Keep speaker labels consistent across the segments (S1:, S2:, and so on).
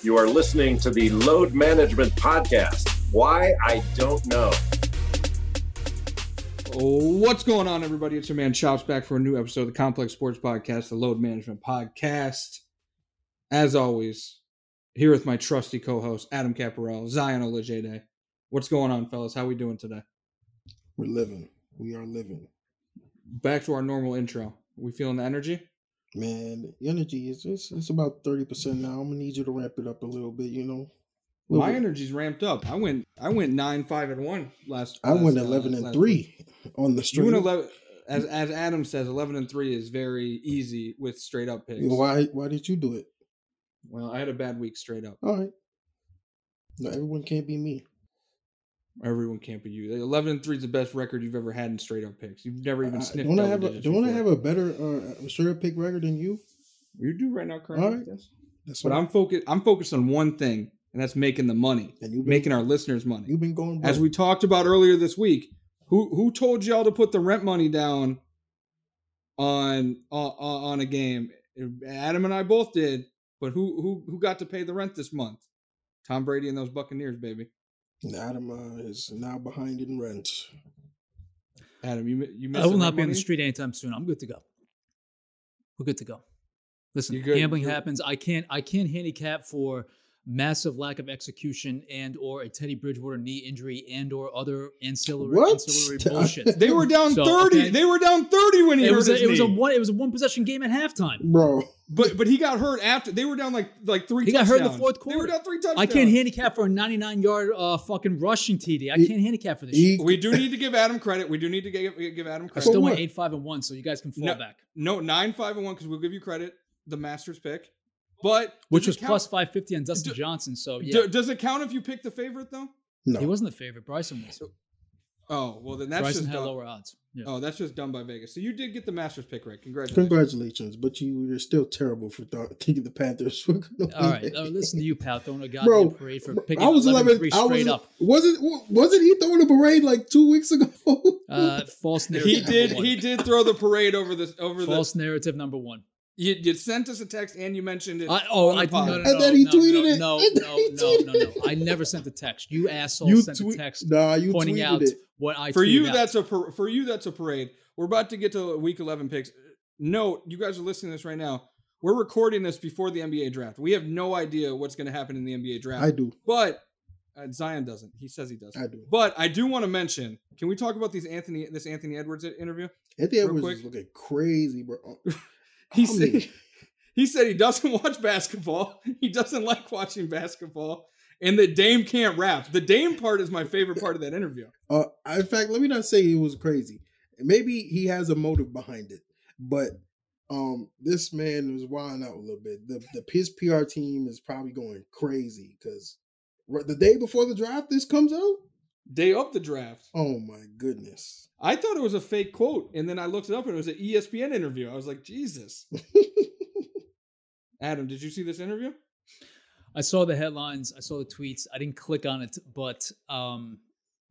S1: You are listening to the Load Management Podcast. Why? I don't know.
S2: What's going on, everybody? It's your man Chops back for a new episode of the Complex Sports Podcast, the Load Management Podcast. As always, here with my trusty co-host Adam Caparel, Zion Olajede. What's going on, fellas? How we doing today?
S3: We're living. We are living.
S2: Back to our normal intro. We feeling the energy?
S3: Man, the energy is it's, it's about 30% now. I'm gonna need you to ramp it up a little bit, you know. Little
S2: My
S3: bit.
S2: energy's ramped up. I went I went nine five and one last.
S3: I went
S2: last, uh,
S3: 11 and
S2: last
S3: 3 on
S2: week. You
S3: the stream.
S2: went eleven. As as Adam says, eleven and three is very easy with straight up picks.
S3: Why why did you do it?
S2: Well, I had a bad week straight up.
S3: All right. No, everyone can't be me.
S2: Everyone can't be you. Eleven and three is the best record you've ever had in straight up picks. You've never even
S3: I-
S2: sniffed.
S3: Uh, don't
S2: double
S3: I have a
S2: digits
S3: don't I
S2: before.
S3: have a better uh sure pick record than you?
S2: You do right now, currently.
S3: Alright.
S2: yes.
S3: That's
S2: But
S3: all.
S2: I'm focused. I'm focused on one thing, and that's making the money,
S3: And you've been-
S2: making our listeners money.
S3: you've been going
S2: As
S3: broke.
S2: we talked about earlier this week, who who told y'all to put the rent money down on on, on a game? Adam and I both did, but who who who got to pay the rent this month? Tom Brady and those Buccaneers, baby.
S3: And Adam uh, is now behind in rent.
S2: Adam, you mi- you missed
S4: I will
S2: rent
S4: not be on the
S2: money?
S4: street anytime soon. I'm good to go. We're good to go. Listen,
S2: You good?
S4: gambling
S2: You're-
S4: happens. I can't. I can't handicap for massive lack of execution and or a Teddy Bridgewater knee injury and or other ancillary
S3: What?
S4: ancillary bullshit.
S2: They were down
S4: So,
S2: thirty.
S4: okay.
S2: They were down thirty when he
S4: It
S2: hurt
S4: was a,
S2: his
S4: it was a
S2: knee.
S4: one it was a one possession game at halftime.
S3: Bro,
S2: But but he got hurt after they were down like like three.
S4: He got hurt in the
S2: touchdowns.
S4: fourth
S2: They were
S4: quarter.
S2: down three touchdowns.
S4: I can't handicap for a 99 yard uh, fucking rushing TD. I
S3: He-
S4: can't handicap for this. shit.
S3: he,
S2: We do need to give Adam credit. We do need to give, give Adam
S4: I
S2: credit.
S4: still
S3: For
S4: went
S3: what?
S4: eight five and one, so you guys can fall
S2: No.
S4: back.
S2: no nine five and one because we'll give you credit. The Masters pick, but
S4: Which
S2: does
S4: was
S2: it count-
S4: plus 550 on Dustin
S2: Do-
S4: Johnson. So
S2: do-
S4: yeah,
S2: does it count if you pick the favorite though?
S3: no.
S4: he wasn't the favorite. Bryson was.
S2: Oh well, then that's
S4: Bryson
S2: just
S4: had
S2: dumb.
S4: lower odds. Yeah.
S2: Oh, that's just done by Vegas. So you did get the Masters pick right. Congratulations.
S3: Congratulations, but you you're still terrible for th- thinking the Panthers were gonna
S4: All right,
S3: win.
S4: now listen to you, Pat, throwing a goddamn
S3: Bro,
S4: parade for
S3: bro,
S4: picking
S3: I was
S4: 11
S3: 11.
S4: three
S3: I
S4: straight
S3: was
S4: up.
S3: wasn't wa- wasn't he throwing a parade like two weeks ago?
S4: Uh, false narrative.
S2: He did.
S4: number
S2: He
S4: one.
S2: did throw the parade over this over
S4: False
S2: the.
S4: narrative number one.
S2: You, you sent us a text and you mentioned it.
S4: I, oh,
S2: on the
S4: I no,
S2: pod.
S4: no, no,
S3: And then he
S4: no,
S3: tweeted it.
S4: no,
S3: And then
S4: No,
S3: he
S4: no, no, no, no.
S3: tweeted
S4: I never sent the text. You asshole
S3: you
S4: sent
S3: tweet,
S4: the text
S3: nah, you
S4: pointing
S3: tweeted
S4: out
S3: it.
S4: what I
S2: for you
S4: tweeted out.
S2: that's a par- for you that's a parade we're about to get to week 11 picks note you guys are listening to this right now we're recording this before the nba draft we have no idea what's going to happen in the nba draft
S3: I do.
S2: but uh, zion doesn't he says he does
S3: I do.
S2: but i do want to mention can we talk about these anthony this anthony edwards interview
S3: Anthony
S2: Real
S3: Edwards
S2: quick.
S3: is looking crazy, bro.
S2: he
S3: I mean-
S2: said he said he doesn't watch basketball he doesn't like watching basketball and that dame can't rap the dame part is my favorite part of that interview
S3: Uh, in fact, let me not say he was crazy. Maybe he has a motive behind it, but um, this man was wilding out a little bit. The the his PR team is probably going crazy because the day before the draft, this comes out.
S2: day of the draft
S3: Oh my goodness!
S2: I thought it was a fake quote, and then I looked it up, and it was an E ESPN interview. I was like, Jesus. Adam, did you see this interview?
S4: I saw the headlines. I saw the tweets. I didn't click on it, but um,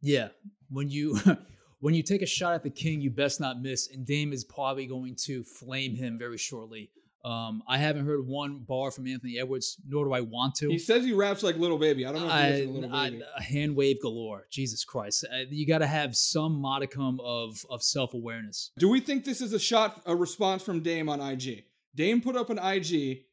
S4: yeah, when you when you take a shot at the king, you best not miss. And Dame is probably going to flame him very shortly. Um, I haven't heard one bar from Anthony Edwards, nor do I want to.
S2: He says he raps like Little Baby. I don't know if he is a Little
S4: I-
S2: Baby.
S4: I- hand wave galore. Jesus Christ, Uh, you got to have some modicum of of self awareness.
S2: Do we think this is a shot, a response from Dame on IG? Dame put up an IG.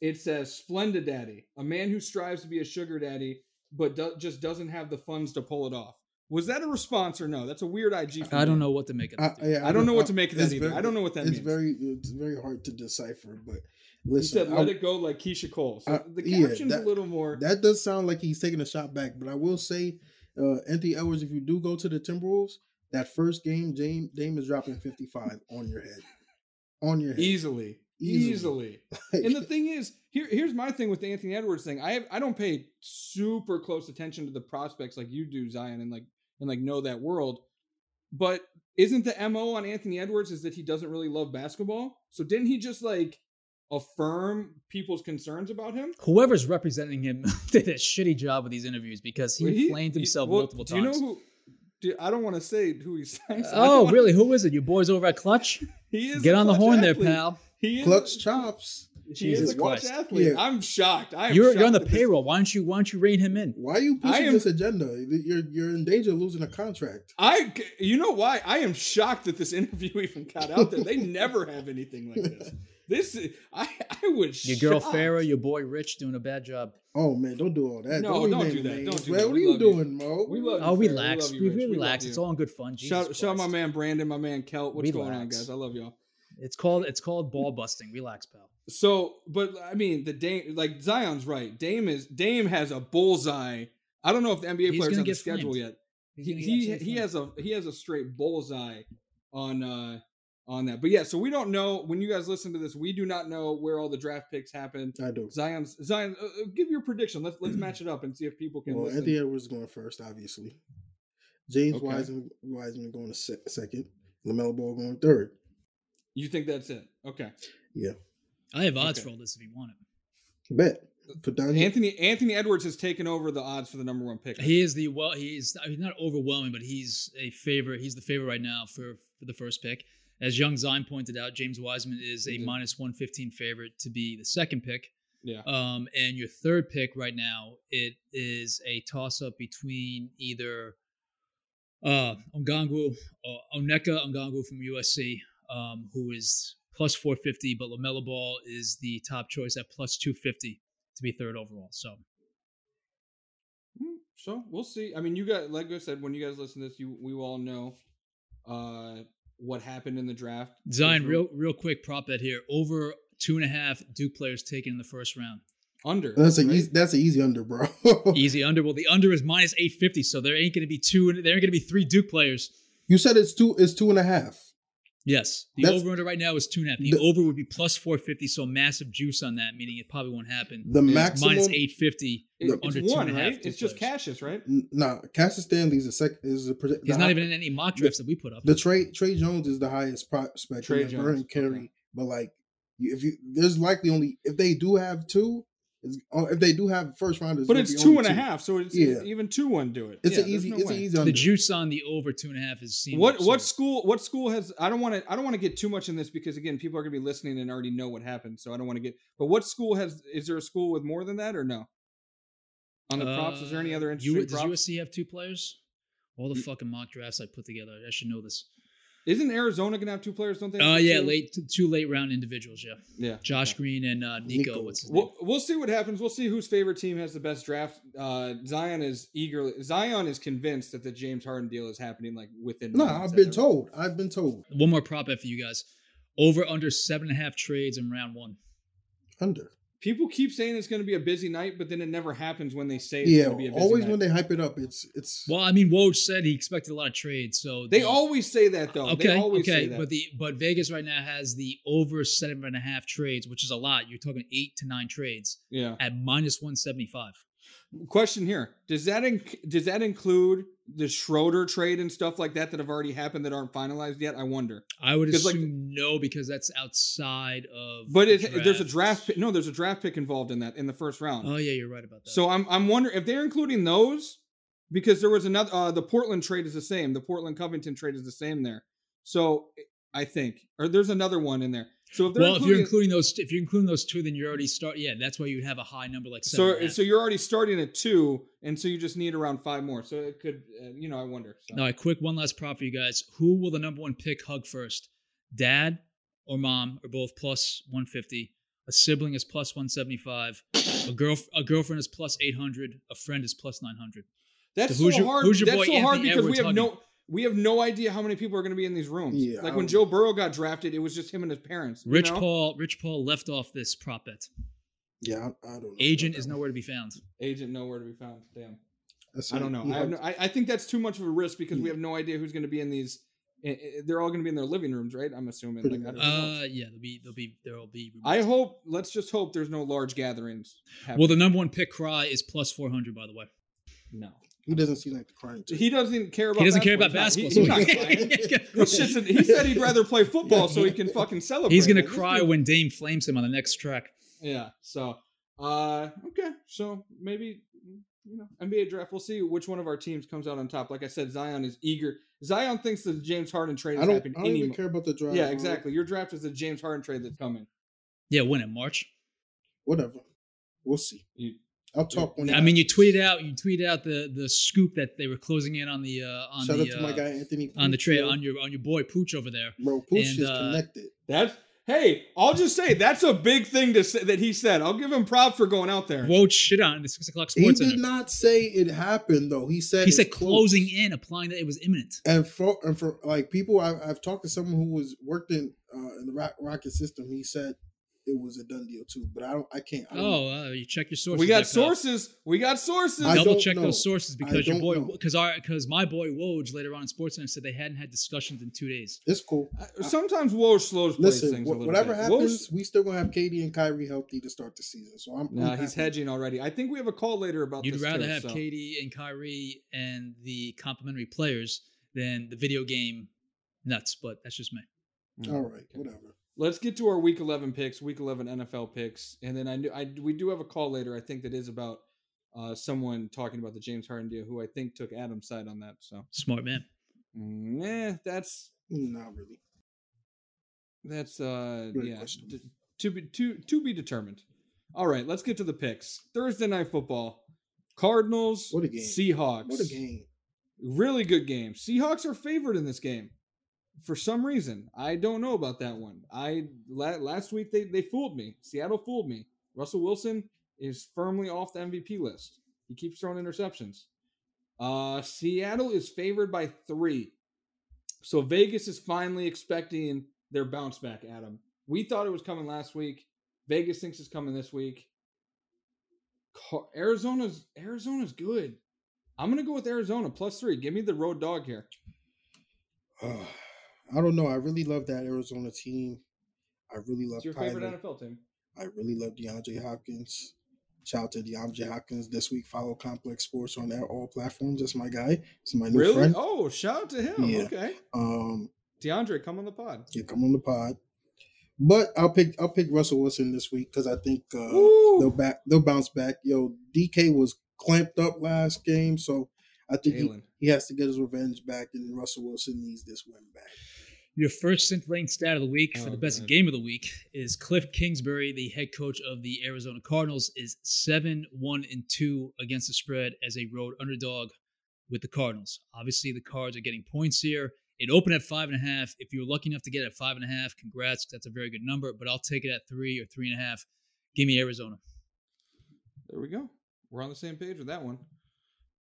S2: It says, Splendid Daddy, a man who strives to be a sugar daddy, but do- just doesn't have the funds to pull it off. Was that a response or no? That's a weird IG. from
S4: I don't
S2: Dame.
S4: know what to make of that. dude.
S3: Uh, yeah,
S2: I don't know what to make of that
S3: it's
S2: either. I don't know what that
S3: it's
S2: means.
S3: very it's very hard to decipher. But
S2: He said,
S3: listen,
S2: let
S3: I-
S2: it go like Keisha Cole. So
S4: Uh,
S3: I-
S2: the
S3: yeah,
S2: caption's
S3: that-
S2: a little more.
S3: that does sound like he's taking a shot back. But I will say, uh, Anthony Edwards, if you do go to the Timberwolves, that first game, Dame, Dame is dropping fifty five on your head, on your head,
S2: easily. easily.
S3: Like,
S2: and the thing is, here here's my thing with the Anthony Edwards thing. I have, I don't pay super close attention to the prospects like you do, Zion, and like and like know that world. But isn't the mo on Anthony Edwards is that he doesn't really love basketball? So didn't he just like affirm people's concerns about him?
S4: Whoever's representing him did a shitty job with these interviews because he
S2: Well,
S4: flamed himself
S2: well,
S4: multiple
S2: do
S4: times.
S2: You know who? do- I don't want to say who he signed.
S4: oh, really? Who is it? You boys over at Clutch?
S2: He is
S4: Get
S2: a
S4: on the
S2: clutch
S4: horn there,
S2: athlete.
S4: pal.
S2: He is,
S3: clutch chops.
S2: He
S4: Jesus
S2: is a clutch
S4: Christ.
S2: athlete.
S3: Yeah.
S2: I'm shocked. I am
S4: You're, you're on the
S2: shocked that this-
S4: payroll. Why don't you why don't you rein him in?
S3: Why are you
S2: I
S3: pushing
S2: am-
S3: this agenda? You're you're in danger of losing a contract.
S2: I, you know why? I am shocked that this interview even got out there. They never have anything like this. This, is- I, I was
S4: Your girl
S2: shocked.
S4: Farah, your boy Rich doing a bad job.
S3: Oh man, don't do all that.
S2: No,
S3: even
S2: don't
S3: name
S2: do that.
S3: names,
S2: Don't do
S3: man.
S2: that.
S3: What
S2: We
S3: are you
S2: love you.
S3: doing, Mo?
S2: We love. you,
S4: Oh,
S2: Farah.
S4: relax.
S2: We,
S4: We,
S2: love you, Rich. We love
S4: relax.
S2: you.
S4: It's all in good fun. Jesus
S2: Shout, shout out my
S4: Christ.
S2: man Brandon, my man Kelt. What's going on,
S4: Relax.
S2: guys? I love y'all.
S4: It's called it's called ball busting. Relax, pal.
S2: So, but I mean, the Dame, like Zion's right. Dame is Dame has a bullseye. I don't know if the NBA
S4: He's
S2: players
S4: gonna
S2: on the
S4: get
S2: schedule
S4: flamed.
S2: yet.
S4: He's
S2: he
S4: gonna get
S2: he, he
S4: absolutely flamed.
S2: has a he has a straight bullseye on uh on that. But yeah, so we don't know when you guys listen to this, we do not know where all the draft picks happen.
S3: I do.
S2: Zion's Zion, uh, uh, give your prediction. Let's let's match it up and see if people can
S3: Well,
S2: listen.
S3: Anthony Edwards is going first, obviously. James
S2: Okay.
S3: Wiseman, Wiseman going to se- second. Lamelo Ball going third.
S2: you think that's it? Okay.
S4: I have odds
S2: Okay.
S4: for all this if you want it.
S3: Bet. Put down your-
S2: Uh, Anthony Anthony Edwards has taken over the odds for the number one pick.
S4: He is the well. He is I mean, not overwhelming, but he's a favorite. He's the favorite right now for for the first pick. As Young Zion pointed out, James Wiseman is a
S2: Mhm.
S4: minus one fifteen favorite to be the second pick.
S2: yeah.
S4: Um, and your third pick right now, it is a toss up between either uh Ongongwu or Oneka Ongongwu from USC, um, who is plus four fifty, but Lamella Ball is the top choice at plus two fifty to be third overall. So
S2: Mm, So we'll see. I mean, you guys, like I said, when you guys listen to this, you we all know uh what happened in the draft.
S4: Zion,
S2: Who's
S4: real real quick prop bet here. Over two and a half Duke players taken in the first round.
S2: under.
S3: That's a
S2: right?
S3: easy, that's an easy under, bro.
S2: E-,
S4: Easy under. Well, the under is minus eight fifty, so there ain't gonna be two there ain't gonna be three Duke players.
S3: You said it's two. It's two and a half.
S4: Yes. The
S3: That's-
S4: over under right now is two and a half. The,
S3: The-
S4: over would be plus four fifty, so massive juice on that, meaning it probably won't happen.
S3: The
S4: It's minus
S3: maximum-
S4: eight fifty.
S2: It-
S3: No.
S2: it's
S4: Under two
S2: one,
S4: and a half,
S2: right?
S4: two
S2: It's just
S4: players.
S2: Cassius, right?
S3: N- Nah, Cassius Stanley's the second. Is the project-
S4: He's
S3: the
S4: not
S3: hi-
S4: even in any mock drafts that we put up.
S3: The Trey Trey Jones is the highest prospect.
S2: Trey
S3: Trey
S2: Jones,
S3: Vernon Carey,
S2: okay.
S3: but like you, if you there's likely only if they do have two, it's, oh, if they do have first rounders,
S2: But
S3: it'll
S2: it's
S3: be
S2: two and
S3: only
S2: a half, so it's
S3: Yeah.
S2: even two one do it.
S3: It's
S2: Yeah,
S3: an
S2: there's
S3: easy.
S2: no
S3: it's an
S2: way.
S3: easy
S4: the
S3: under.
S4: juice on the over two and a half is seen.
S2: What what school what school has I don't want to I don't want to get too much in this because again people are gonna be listening and already know what happened so I don't want to get but what school has is there a school with more than that or no on the props is there any other interesting
S4: uh, U, does
S2: props
S4: USC have two players? All the
S3: Mm.
S4: fucking mock drafts I put together. I should know this.
S2: isn't Arizona gonna have two players don't they have
S4: Oh yeah,
S2: two?
S4: late t- two late round individuals. Yeah,
S2: yeah
S4: Josh Green and uh, Nico.
S3: Nico.
S4: What's his name?
S2: We'll, we'll see what happens. We'll see whose favorite team has the best draft. Uh, Zion is eagerly. Zion is convinced that the James Harden deal is happening like within.
S3: No,
S2: months
S3: I've been
S2: after-
S3: told. I've been told
S4: One more prop bet for you guys. Over under seven and a half trades in round one.
S3: under.
S2: People keep saying it's going to be a busy night, but then it never happens when they say it's
S3: Yeah,
S2: going to be a busy
S3: always
S2: night.
S3: when they hype it up, it's it's
S4: Well, I mean, Woj said he expected a lot of trades, so
S2: they
S4: the-
S2: always say that though.
S4: okay,
S2: they always
S4: okay.
S2: say that.
S4: But the but Vegas right now has the over seven and a half trades, which is a lot. You're talking eight to nine trades
S2: yeah.
S4: at minus one seventy five.
S2: Mm, Question here: Does that inc- does that include the Schroeder trade and stuff like that that have already happened that aren't finalized yet? I wonder.
S4: I would
S2: 'Cause,
S4: assume
S2: like,
S4: no because that's outside of.
S2: But
S4: the
S2: it, there's a draft. Pick, no, there's a draft pick involved in that in the first round.
S4: Oh yeah, you're right about that.
S2: So I'm I'm wondering if they're including those because there was another uh, the Portland trade is the same. The Portland Covington trade is the same there. So I think or there's another one in there. So if they're
S4: well, if
S2: including,
S4: you're including those, if you're including those two, then you're already start. Yeah, that's why you'd have a high number like seven. and a
S2: so
S4: half.
S2: so you're already starting at two, and so you just need around five more. So it could uh, you know I wonder. So.
S4: All right, quick one last prop for you guys. Who will the number one pick hug first? Dad or mom are both plus 150. A sibling is plus 175. A girl, a girlfriend is plus 800. A friend is plus 900.
S2: That's
S4: So who's
S2: so
S4: your-
S2: hard.
S4: who's your
S2: that's
S4: boy
S2: so hard
S4: Anthony
S2: because we
S4: Edwards
S2: have no
S4: hugging?
S2: we have no idea how many people are going to be in these rooms.
S3: Yeah,
S2: like
S3: I
S2: when
S3: would-
S2: Joe Burrow got drafted, it was just him and his parents. you
S4: Rich
S2: know?
S4: Paul, Rich Paul left off this prop bet.
S3: yeah. I, I don't know.
S4: Agent
S3: about
S4: is
S3: that.
S4: nowhere to be found.
S2: agent nowhere to be found. Damn.
S3: That's
S2: I
S3: it.
S2: don't know.
S3: You
S2: I, have
S3: have-
S2: no, I, I think that's too much of a risk because we have no idea who's going to be in these I- I- they're all going to be in their living rooms, right? I'm assuming.
S3: Pretty
S2: Like, I, don't
S3: much.
S2: know.
S4: Uh, yeah, there'll be there'll be there'll be.
S2: I hope. Let's just hope there's no large gatherings. Happening.
S4: Well, the number one pick cry is plus four hundred. By the way,
S2: no.
S3: He doesn't seem like the crying.
S2: He doesn't care about.
S4: he doesn't care about
S2: basketball.
S4: basketball.
S2: He's not-
S4: so
S2: he-
S4: he-
S2: he's not crying.
S4: he's
S2: This shit's- he said he'd rather play football so he can fucking celebrate.
S4: He's gonna
S2: Like, this
S4: cry
S2: dude-
S4: when Dame flames him on the next track.
S2: Yeah. So, uh, okay. So maybe mm, you know NBA draft. We'll see which one of our teams comes out on top. Like I said, Zion is eager. Zion thinks the James Harden trade
S3: I
S2: is
S3: don't. I
S2: happening.
S3: don't even care about the draft.
S2: Yeah,
S3: bro.
S2: exactly. Your draft is the James Harden trade that's coming.
S4: Yeah, when in March.
S3: Whatever. We'll see.
S2: You-
S3: I'll talk when. it
S4: I mean, you
S3: happens.
S4: tweeted out you tweeted out the the scoop that they were closing in on the uh, on
S3: Shout
S4: the
S3: out to my
S4: uh,
S3: guy Anthony
S4: on the trade
S3: Puccio.
S4: on your on your boy Pooch over there.
S3: Bro, Pooch
S4: and,
S3: is
S4: uh,
S3: connected.
S2: That's hey, I'll just say that's a big thing to say that he said. I'll give him props for going out there.
S4: Woj shit on the six o'clock
S3: He
S4: sports.
S3: did
S4: Center.
S3: not say it happened though. He said
S4: he
S3: it's
S4: said
S3: close.
S4: closing in, applying that it was imminent.
S3: And for and for like people, I, I've talked to someone who was worked in uh, in the Rock, Rocket system. He said it was a done deal too, but I don't. I can't. I don't know.
S4: Oh, uh, you check your sources.
S2: we got
S4: there, pal.
S2: sources. We got sources.
S3: I
S4: Double
S3: don't
S4: check
S3: know.
S4: those sources
S3: I
S4: because your
S3: don't
S4: boy,
S3: know.
S4: because our, because my boy Woj later on in SportsCenter said they hadn't had discussions in two days.
S3: It's cool.
S2: Uh, Sometimes Woj slows plays
S3: Listen,
S2: things
S3: wh-
S2: a little
S3: whatever
S2: bit.
S3: happens,
S2: Woj-
S3: we still gonna have Katie and Kyrie healthy to start the season. So I'm.
S2: Nah,
S3: I'm
S2: he's
S3: happy.
S2: hedging already. I think we have a call later about
S4: You'd
S2: this.
S4: rather
S2: too,
S4: have
S2: so.
S4: Katie and Kyrie and the complimentary players than the video game nuts, but that's just me.
S3: All right, whatever.
S2: Let's get to our week 11 picks, week 11 NFL picks, and then I knew I we do have a call later. I think that is about uh, someone talking about the James Harden deal, who I think took Adam's side on that. So,
S4: Smart man.
S2: yeah, that's
S3: Not really.
S2: That's uh
S3: Great
S2: yeah
S3: question.
S2: d- to be to to be determined. All right, let's get to the picks. Thursday night football. Cardinals,
S3: What a game.
S2: Seahawks.
S3: What a game.
S2: Really good game. Seahawks are favored in this game. For some reason, I don't know about that one. I la- last week they they fooled me. Seattle fooled me. Russell Wilson is firmly off the MVP list. He keeps throwing interceptions. Uh Seattle is favored by 3. So Vegas is finally expecting their bounce back, Adam. We thought it was coming last week. Vegas thinks it's coming this week. Car- Arizona's Arizona's good. I'm gonna go with Arizona plus three. Give me the road dog here.
S3: I don't know. I really love that Arizona team. I really love
S2: It's your
S3: Kyler.
S2: favorite NFL team.
S3: I really love DeAndre Hopkins. Shout out to DeAndre Hopkins this week. Follow Complex Sports on their- all platforms. That's my guy. It's my new
S2: Really?
S3: friend.
S2: Oh, shout out to him.
S3: Yeah.
S2: Okay,
S3: Um,
S2: DeAndre, come on the pod.
S3: yeah, come on the pod. But I'll pick I'll pick Russell Wilson this week because I think uh,
S2: Woo!
S3: they'll back they'll bounce back. Yo, DK was clamped up last game, so I think he,
S2: Jalen.
S3: he has to get his revenge back, and Russell Wilson needs this win back.
S4: Your first scintillating stat of the week for
S2: Oh,
S4: the best
S2: God.
S4: game of the week is Cliff Kingsbury, the head coach of the Arizona Cardinals, is seven one and two against the spread as a road underdog with the Cardinals. Obviously, the Cards are getting points here. It opened at five and a half. If you were lucky enough to get it at five and a half, congrats. That's a very good number. But I'll take it at three or three and a half. Give me Arizona.
S2: There we go. We're on the same page with that one.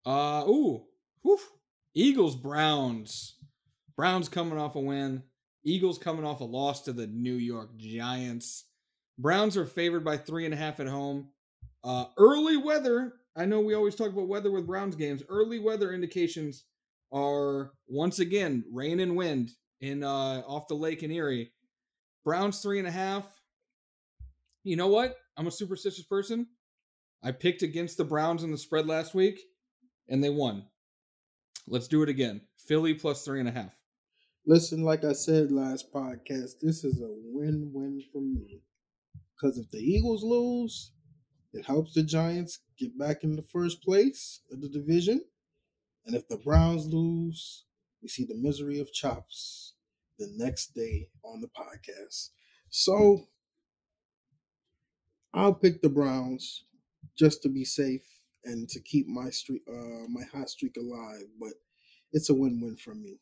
S2: Uh ooh. Whew. Eagles Browns. Browns coming off a win. Eagles coming off a loss to the New York Giants. Browns are favored by three and a half at home. Uh early weather. I know we always talk about weather with Browns games. Early weather indications are once again rain and wind in uh off the lake in Erie. Browns three and a half. You know what? I'm a superstitious person. I picked against the Browns in the spread last week, and they won. Let's do it again. Philly plus three and a half.
S3: Listen, like I said last podcast, this is a win-win for me. Because if the Eagles lose, it helps the Giants get back in the first place of the division. And if the Browns lose, we see the misery of chops the next day on the podcast. So I'll pick the Browns just to be safe and to keep my streak uh my hot streak alive, but it's a win-win for me.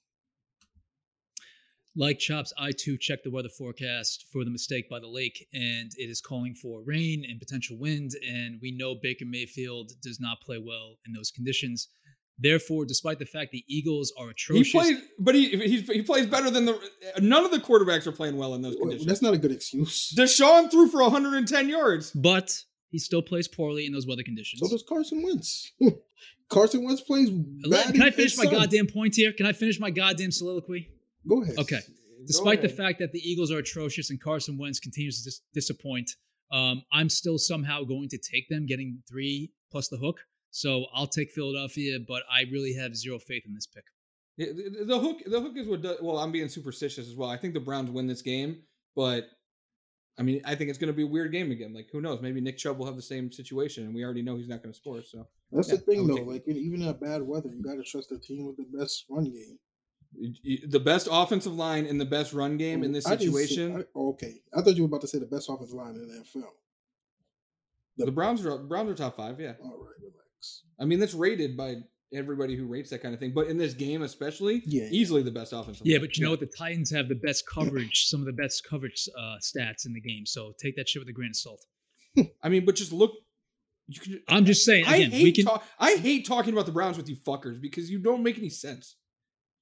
S4: Like Chops, I too checked the weather forecast for the mistake by the lake, and it is calling for rain and potential wind. And we know Baker Mayfield does not play well in those conditions. Therefore, despite the fact the Eagles are
S2: He
S3: Oh,
S4: atrocious,
S2: plays, but he he's, he plays better than the none of the quarterbacks are playing well in those
S3: Well,
S2: conditions.
S3: that's not a good excuse.
S2: Deshaun threw for 110 yards.
S4: but he still plays poorly in those weather conditions.
S3: So does Carson Wentz. Carson Wentz plays.
S4: Let-
S3: bad
S4: Can I
S3: in-
S4: finish
S3: it's
S4: my
S3: some-
S4: goddamn point here? Can I finish my goddamn soliloquy?
S3: Go ahead.
S4: Okay. Despite the fact that the Eagles are atrocious and Carson Wentz continues to dis- disappoint, um, I'm still somehow going to take them getting three plus the hook. So I'll take Philadelphia, but I really have zero faith in this pick.
S2: Yeah, the, the- the hook the hook is what does, well I'm being superstitious as well. I think the Browns win this game, but I mean I think it's going to be a weird game again. Like who knows? Maybe Nick Chubb will have the same situation, and we already know he's not going to score. So
S3: That's
S2: Yeah,
S3: the thing,
S2: I'll
S3: though.
S2: take it.
S3: Like in, even in a bad weather, you got to trust the team with the best run game.
S2: Y- y- the best offensive line and the best run game in this
S3: I didn't say-
S2: situation.
S3: I- okay, I thought you were about to say the best offensive line in the NFL.
S2: the Browns are Browns are top five. Yeah,
S3: All right, relax.
S2: I mean that's rated by everybody who rates that kind of thing. But in this game especially,
S3: Yeah.
S2: easily the best offensive.
S4: Yeah,
S2: line.
S4: but you know what? The Titans have the best coverage, some of the best coverage uh, stats in the game. So take that shit with a grain of salt.
S2: I mean, but just look. You can,
S4: I'm just saying.
S2: I
S4: Again, we
S2: hate
S4: can.
S2: talk, I hate talking about the Browns with you fuckers because you don't make any sense.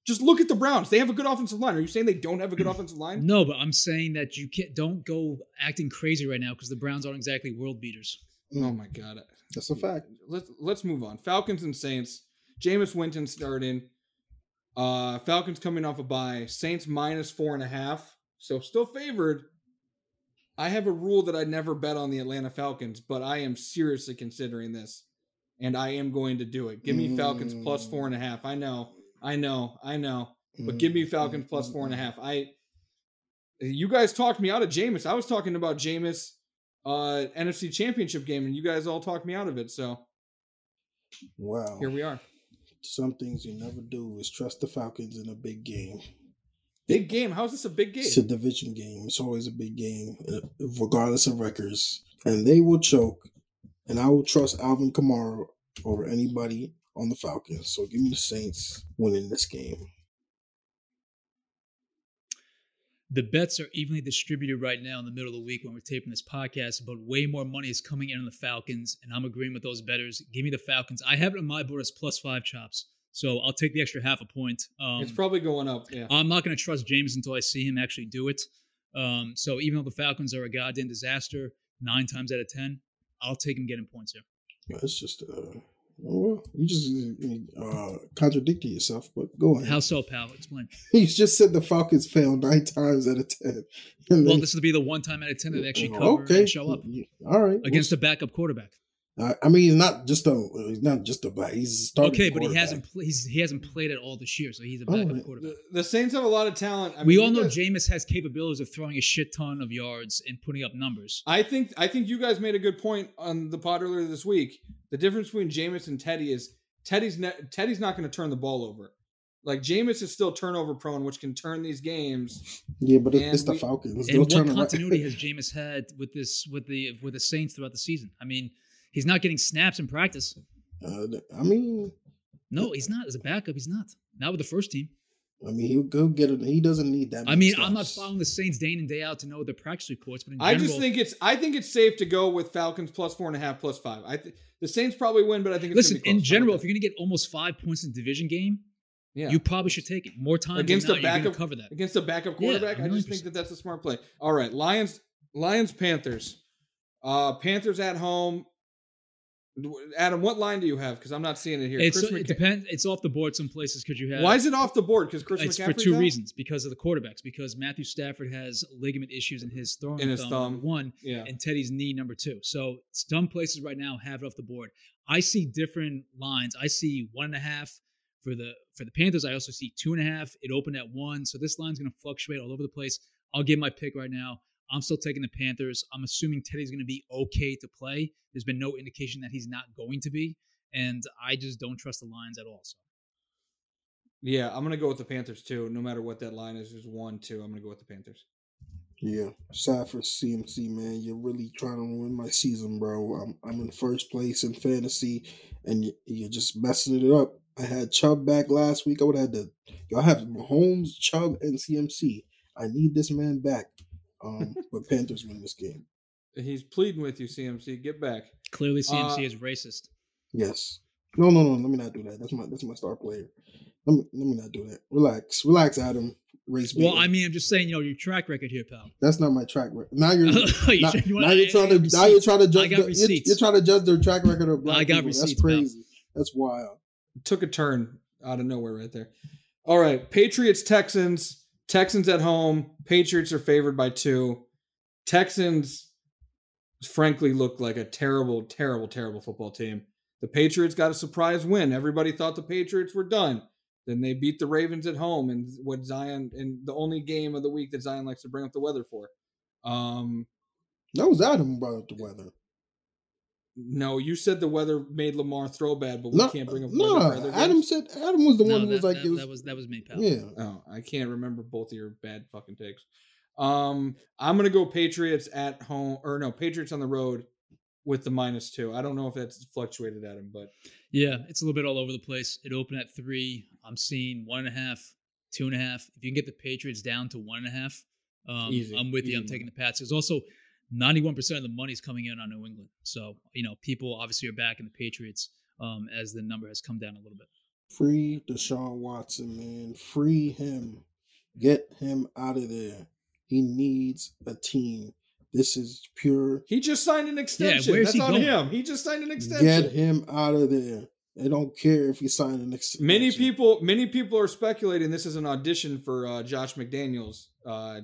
S2: Just look at the Browns. They have a good offensive line. Are you saying they don't have a good offensive line?
S4: no, but I'm saying that you can't. Don't go acting crazy right now because the Browns aren't exactly world beaters.
S2: Oh my god.
S3: That's a fact.
S2: Let's let's move on. Falcons and Saints. Jameis Winton starting. Uh Falcons coming off a bye. Saints minus four and a half. So still favored. I have a rule that I never bet on the Atlanta Falcons, but I am seriously considering this. And I am going to do it. Give me Falcons plus four and a half. I know. I know. I know. But give
S3: Mm-hmm.
S2: me Falcons plus four and a half. I you guys talked me out of Jameis. I was talking about Jameis uh NFC championship game and you guys all talked me out of it. So
S3: Wow.
S2: here we are.
S3: Some things you never do is trust the Falcons in a big game.
S2: Big game. How is this a big game?
S3: It's a division game. It's always a big game, uh, regardless of records. And they will choke. And I will trust Alvin Kamara over anybody on the Falcons. So give me the Saints winning this game.
S4: The bets are evenly distributed right now in the middle of the week when we're taping this podcast, but way more money is coming in on the Falcons, and I'm agreeing with those betters. Give me the Falcons. I have it on my board as plus five chops, so I'll take the extra half a point. Um,
S2: it's probably going up. Yeah.
S4: I'm not going to trust James until I see him actually do it. Um, so even though the Falcons are a goddamn disaster nine times out of ten, I'll take him getting points here.
S3: Yeah, It's just, uh, well, you just uh, contradicted yourself, but go ahead.
S4: How so, pal? Explain.
S3: you just said the Falcons failed nine times out of ten. And
S4: Well,
S3: then-
S4: this will be the one time out of ten that they actually
S3: Oh,
S4: cover and show up
S3: All right.
S4: against a backup quarterback.
S3: I I mean, he's not just a he's not just a black. He's a starting.
S4: Okay, but he
S3: quarterback. Oh,
S4: hasn't pl- he's, he hasn't played at all this year, so he's a
S3: All
S4: backup
S3: right.
S4: quarterback.
S2: The, the Saints have a lot of talent. I
S4: we
S2: mean,
S4: all
S2: you
S4: know
S2: guys-
S4: Jameis has capabilities of throwing a shit ton of yards and putting up numbers.
S2: I think I think you guys made a good point on the pod earlier this week. The difference between Jameis and Teddy is Teddy's ne- Teddy's not going to turn the ball over. Like Jameis is still turnover prone, which can turn these games.
S3: Yeah, but it,
S2: And
S3: it's the
S2: we-
S3: Falcons.
S4: and
S3: They'll
S4: what
S3: turn around.
S4: continuity has Jameis had with this with the with the Saints throughout the season? I mean, he's not getting snaps in practice.
S3: Uh, I mean,
S4: No, he's not. As a backup, he's not. Not with the first team.
S3: I mean, he'll go get it. He doesn't need that.
S4: I
S3: many
S4: mean, I'm not
S3: snaps.
S4: following the Saints day in and day out to know the practice reports, but in
S2: I
S4: general,
S2: just think it's I think it's safe to go with Falcons plus four and a half, plus five. I th- the Saints probably win, but I think it's
S4: listen,
S2: gonna be
S4: in
S2: close.
S4: general,
S2: I
S4: if
S2: like
S4: you're going to get almost five points in the division game,
S2: that. yeah.
S4: you probably should take it. More time
S2: against
S4: than
S2: a
S4: not, you're going
S2: backup
S4: to cover that.
S2: against a backup
S4: Yeah,
S2: quarterback. I just think
S4: 100%.
S2: that that's a smart play. All right, Lions, Lions, Panthers, uh, Panthers at home. Adam, what line do you have? Because I'm not seeing it here.
S4: It's,
S2: Chris
S4: it
S2: McCa-
S4: depends. It's off the board some places because you have.
S2: Why is it off the board? Because Chris
S4: It's for
S2: McCaffrey's
S4: two
S2: out?
S4: reasons because of the quarterbacks. Because Matthew Stafford has ligament issues in his throwing
S2: In his
S4: number
S2: thumb.
S4: one,
S2: Yeah.
S4: and Teddy's knee number two. So some places right now have it off the board. I see different lines. I see one and a half for the for the Panthers. I also see two and a half. It opened at one, so this line's going to fluctuate all over the place. I'll give my pick right now. I'm still taking the Panthers. I'm assuming Teddy's going to be okay to play. There's been no indication that he's not going to be, and I just don't trust the lines at all. So
S2: Yeah, I'm gonna go with the Panthers too. No matter what that line is, is one, two. I'm gonna go with the Panthers.
S3: Yeah, sad for CMC, man. You're really trying to ruin my season, bro. I'm I'm in first place in fantasy, and you, you're just messing it up. I had Chubb back last week. I would have had to. Y'all have Mahomes, Chubb, and CMC. I need this man back. Um, but Panthers win this game.
S2: He's pleading with you, CMC. Get back.
S4: clearly, CMC
S2: Uh,
S4: is racist.
S3: Yes. No, no, no. Let me not do that. That's my that's my star player. Let me let me not do that. Relax, relax, Adam. Race.
S4: Well,
S3: baiting.
S4: I mean, I'm just saying, you know, your track record here, pal.
S3: that's not my track record. Now you're
S4: You
S3: now,
S4: said you
S3: now
S4: wanna-
S3: you're
S4: I-
S3: trying
S4: I
S3: to
S4: got
S3: now you're trying to judge the-
S4: receipts. I got
S3: you're- you're,
S4: receipts.
S3: trying to judge their track record of black
S4: I got
S3: people.
S4: receipts,
S3: That's
S4: pal.
S3: crazy. That's wild.
S2: took a turn out of nowhere right there. All right, Patriots Texans. Texans at home. Patriots are favored by two. Texans, frankly, look like a terrible, terrible, terrible football team. The Patriots got a surprise win. Everybody thought the Patriots were done. Then they beat the Ravens at home, and what Zion and the only game of the week that Zion likes to bring up the weather for. Um,
S3: That was Adam who brought up the weather.
S2: no, you said the weather made Lamar throw bad, but we
S3: No,
S2: can't bring up
S3: no,
S2: weather for other
S3: Adam
S2: games?
S3: said Adam was the
S4: No,
S3: one who
S4: that,
S3: was like,
S4: that,
S3: it was,
S4: that was that was me, pal.
S3: yeah.
S2: Oh, I can't remember both of your bad fucking takes. Um, I'm gonna go Patriots at home, or no, Patriots on the road with the minus two. I don't know if that's fluctuated, Adam, but
S4: Yeah, it's a little bit all over the place. It opened at three. I'm seeing one and a half, two and a half. If you can get the Patriots down to one and a half, um,
S2: Easy,
S4: I'm with
S2: easy
S4: you. I'm
S2: money.
S4: taking the Pats. There's also 91% of the money's coming in on New England. So, you know, people obviously are back in the Patriots um, as the number has come down a little bit.
S3: Free Deshaun Watson, man. Free him. Get him out of there. He needs a team. This is pure.
S2: he just signed an extension.
S4: where's
S2: that's
S4: he
S2: on
S4: going?
S2: him. He just signed an extension.
S3: Get him out of there. They don't care if he signed an extension.
S2: Many people, many people are speculating this is an audition for uh, Josh McDaniels uh,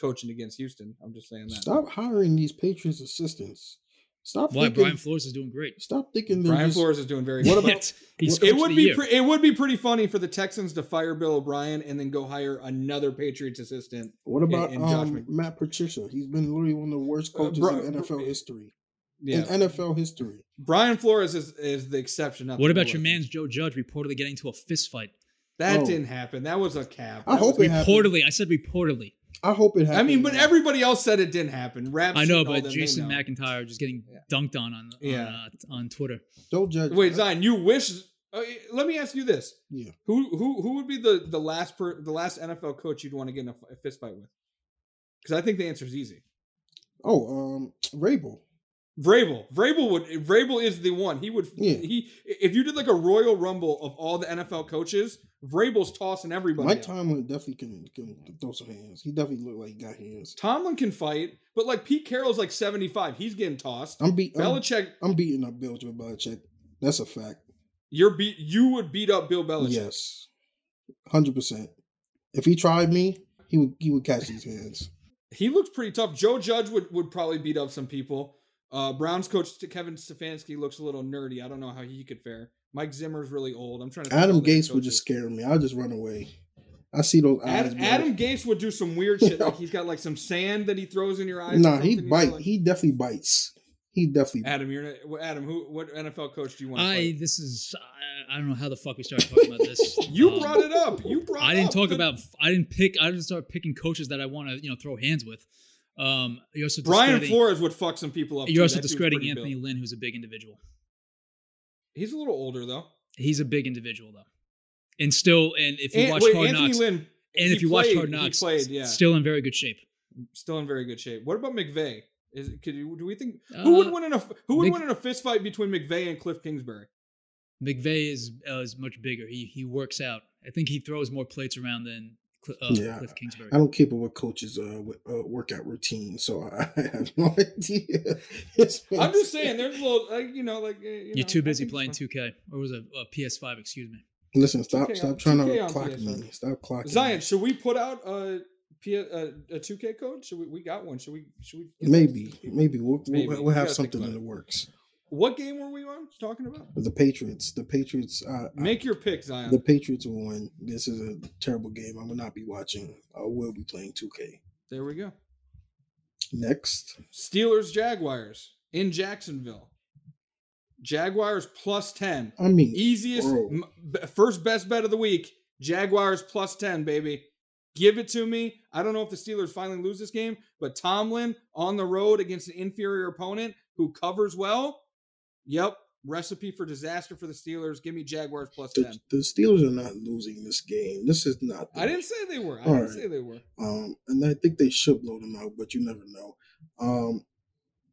S2: coaching against Houston. I'm just saying that.
S3: Stop hiring these Patriots assistants. Stop.
S4: Why?
S3: thinking,
S4: Brian Flores is doing great.
S3: Stop thinking they're
S2: Brian
S3: just-
S2: Flores is doing very
S3: What
S2: good.
S3: about-
S4: He's
S2: it
S4: coach of
S2: would
S4: the
S2: be
S4: year.
S2: pre- it would be pretty funny for the Texans to fire Bill O'Brien and then go hire another Patriots assistant.
S3: What
S2: and-
S3: about
S2: and Josh
S3: um,
S2: Mc-
S3: Matt Patricia? He's been literally one of the worst coaches
S2: Bri-
S3: in NFL
S2: Bri-
S3: history.
S2: Yeah,
S3: In NFL history.
S2: Brian Flores is, is the exception. Not the
S4: What
S3: Oh,
S4: about
S2: rule,
S4: your
S2: I
S4: man's
S2: think.
S4: Joe Judge reportedly getting into a fist fight?
S2: That
S3: Oh.
S2: didn't happen. That was a cap.
S3: I
S2: That
S3: hope
S2: was-
S3: it happened.
S4: Reportedly, I said reportedly.
S3: I hope it happened.
S2: I mean, but
S3: man.
S2: everybody else said it didn't happen. Raps
S4: I know,
S2: and all
S4: but
S2: them, they
S4: Jason
S2: know.
S4: McIntyre just getting dunked on on
S2: Yeah.
S4: on, uh, on Twitter.
S3: don't judge.
S2: Wait,
S3: me.
S2: Zion, you wish. Uh, let me ask you this:
S3: Yeah.
S2: Who who who would be the the last per, the last NFL coach you'd want to get in a, f- a fist fight with? Because I think the answer is easy.
S3: Oh, um, Rabel.
S2: Vrabel. Vrabel would. Vrabel is the one. He would.
S3: Yeah.
S2: He if you did like a Royal Rumble of all the NFL coaches, Vrabel's tossing everybody.
S3: Mike
S2: out.
S3: Tomlin definitely can, can throw some hands. He definitely looked like he got hands.
S2: Tomlin can fight, but like Pete Carroll's like seventy five. He's getting tossed.
S3: I'm beat. I'm,
S2: Belichick,
S3: I'm beating up Bill Joe Belichick. That's a fact.
S2: you're beat. You would beat up Bill Belichick.
S3: Yes, hundred percent. If he tried me, he would he would catch these hands.
S2: He looks pretty tough. Joe Judge would would probably beat up some people. Uh, Browns coach Kevin Stefanski looks a little nerdy. I don't know how he could fare. Mike Zimmer's really old. I'm trying to. think of
S3: Adam
S2: other
S3: Gates would just
S2: coaches.
S3: scare me. I'll just run away. I see those eyes.
S2: Adam,
S3: man.
S2: Adam Gates would do some weird shit. Like he's got like some sand that he throws in your eyes. or
S3: Nah, he
S2: something, you know,
S3: bite.
S2: like-
S3: He definitely bites. He definitely.
S2: Adam, you're not- what- Adam. Who? What NFL coach do you want? To
S4: I
S2: fight?
S4: this is I, I don't know how the fuck we started talking about this.
S2: You
S4: Um,
S2: brought it up. You brought.
S4: I didn't
S2: up
S4: talk
S2: the-
S4: about. I didn't pick. I didn't start picking coaches that I want to you know throw hands with. Um, you're also
S2: Brian
S4: discrediting-
S2: Flores would fuck some people up. too.
S4: You're also
S2: That dude's
S4: discrediting
S2: pretty
S4: Anthony
S2: built.
S4: Lynn, who's a big individual.
S2: He's a little older though.
S4: He's a big individual though, and still. And if you
S2: An-
S4: watch
S2: wait,
S4: Hard
S2: Anthony
S4: Knocks,
S2: Lynn.
S4: and if
S2: he
S4: you watch
S2: played-
S4: Hard Knocks,
S2: he played. Yeah,
S4: still in very good shape.
S2: still in very good shape. What about McVeigh? Is could you, do we think who would
S4: Uh,
S2: win in a who would
S4: Mc-
S2: win in a fist fight between McVeigh and Cliff Kingsbury?
S4: McVeigh is uh, is much bigger. He he works out. I think he throws more plates around than Cl- uh,
S3: Yeah,
S4: Cliff Kingsbury.
S3: I don't keep up with coaches' uh, with, uh, workout routine, so I have no idea.
S2: I'm just saying, there's a little like you know like uh, you
S4: You're
S2: know,
S4: too
S2: I
S4: busy
S2: think it's
S4: playing
S2: fine.
S4: 2K or was it uh, PS5? Excuse me.
S3: Listen, stop,
S2: 2K on-
S3: stop trying
S2: 2K
S3: to
S2: on
S3: clock
S2: PSN.
S3: me. Stop clocking.
S2: Zion,
S3: me.
S2: should we put out a P- a, a 2K code? Should we? We got one. Should we? Should we? get
S3: maybe,
S2: that to people?
S3: maybe we'll,
S2: Maybe.
S3: we'll,
S2: We
S3: we'll have
S2: gotta think
S3: something
S2: about
S3: in the
S2: it.
S3: works.
S2: What game were we on talking about?
S3: But the Patriots, the Patriots, uh,
S2: Make your pick, Zion.
S3: the Patriots will win. This is a terrible game. I will not be watching. I will be playing 2K
S2: there we go.
S3: next.
S2: Steelers Jaguars in Jacksonville. Jaguars plus ten.
S3: I mean,
S2: Easiest
S3: bro,
S2: m- b- first best bet of the week. Jaguars plus ten, baby. Give it to me. I don't know if the Steelers finally lose this game, but Tomlin on the road against an inferior opponent who covers well. Yep, recipe for disaster for the Steelers. Give me Jaguars plus ten.
S3: the, the Steelers are not losing this game. This is not.
S2: I didn't say they were. I
S3: All
S2: didn't
S3: right.
S2: say they were.
S3: Um, and I think they should blow them out, but you never know. Um,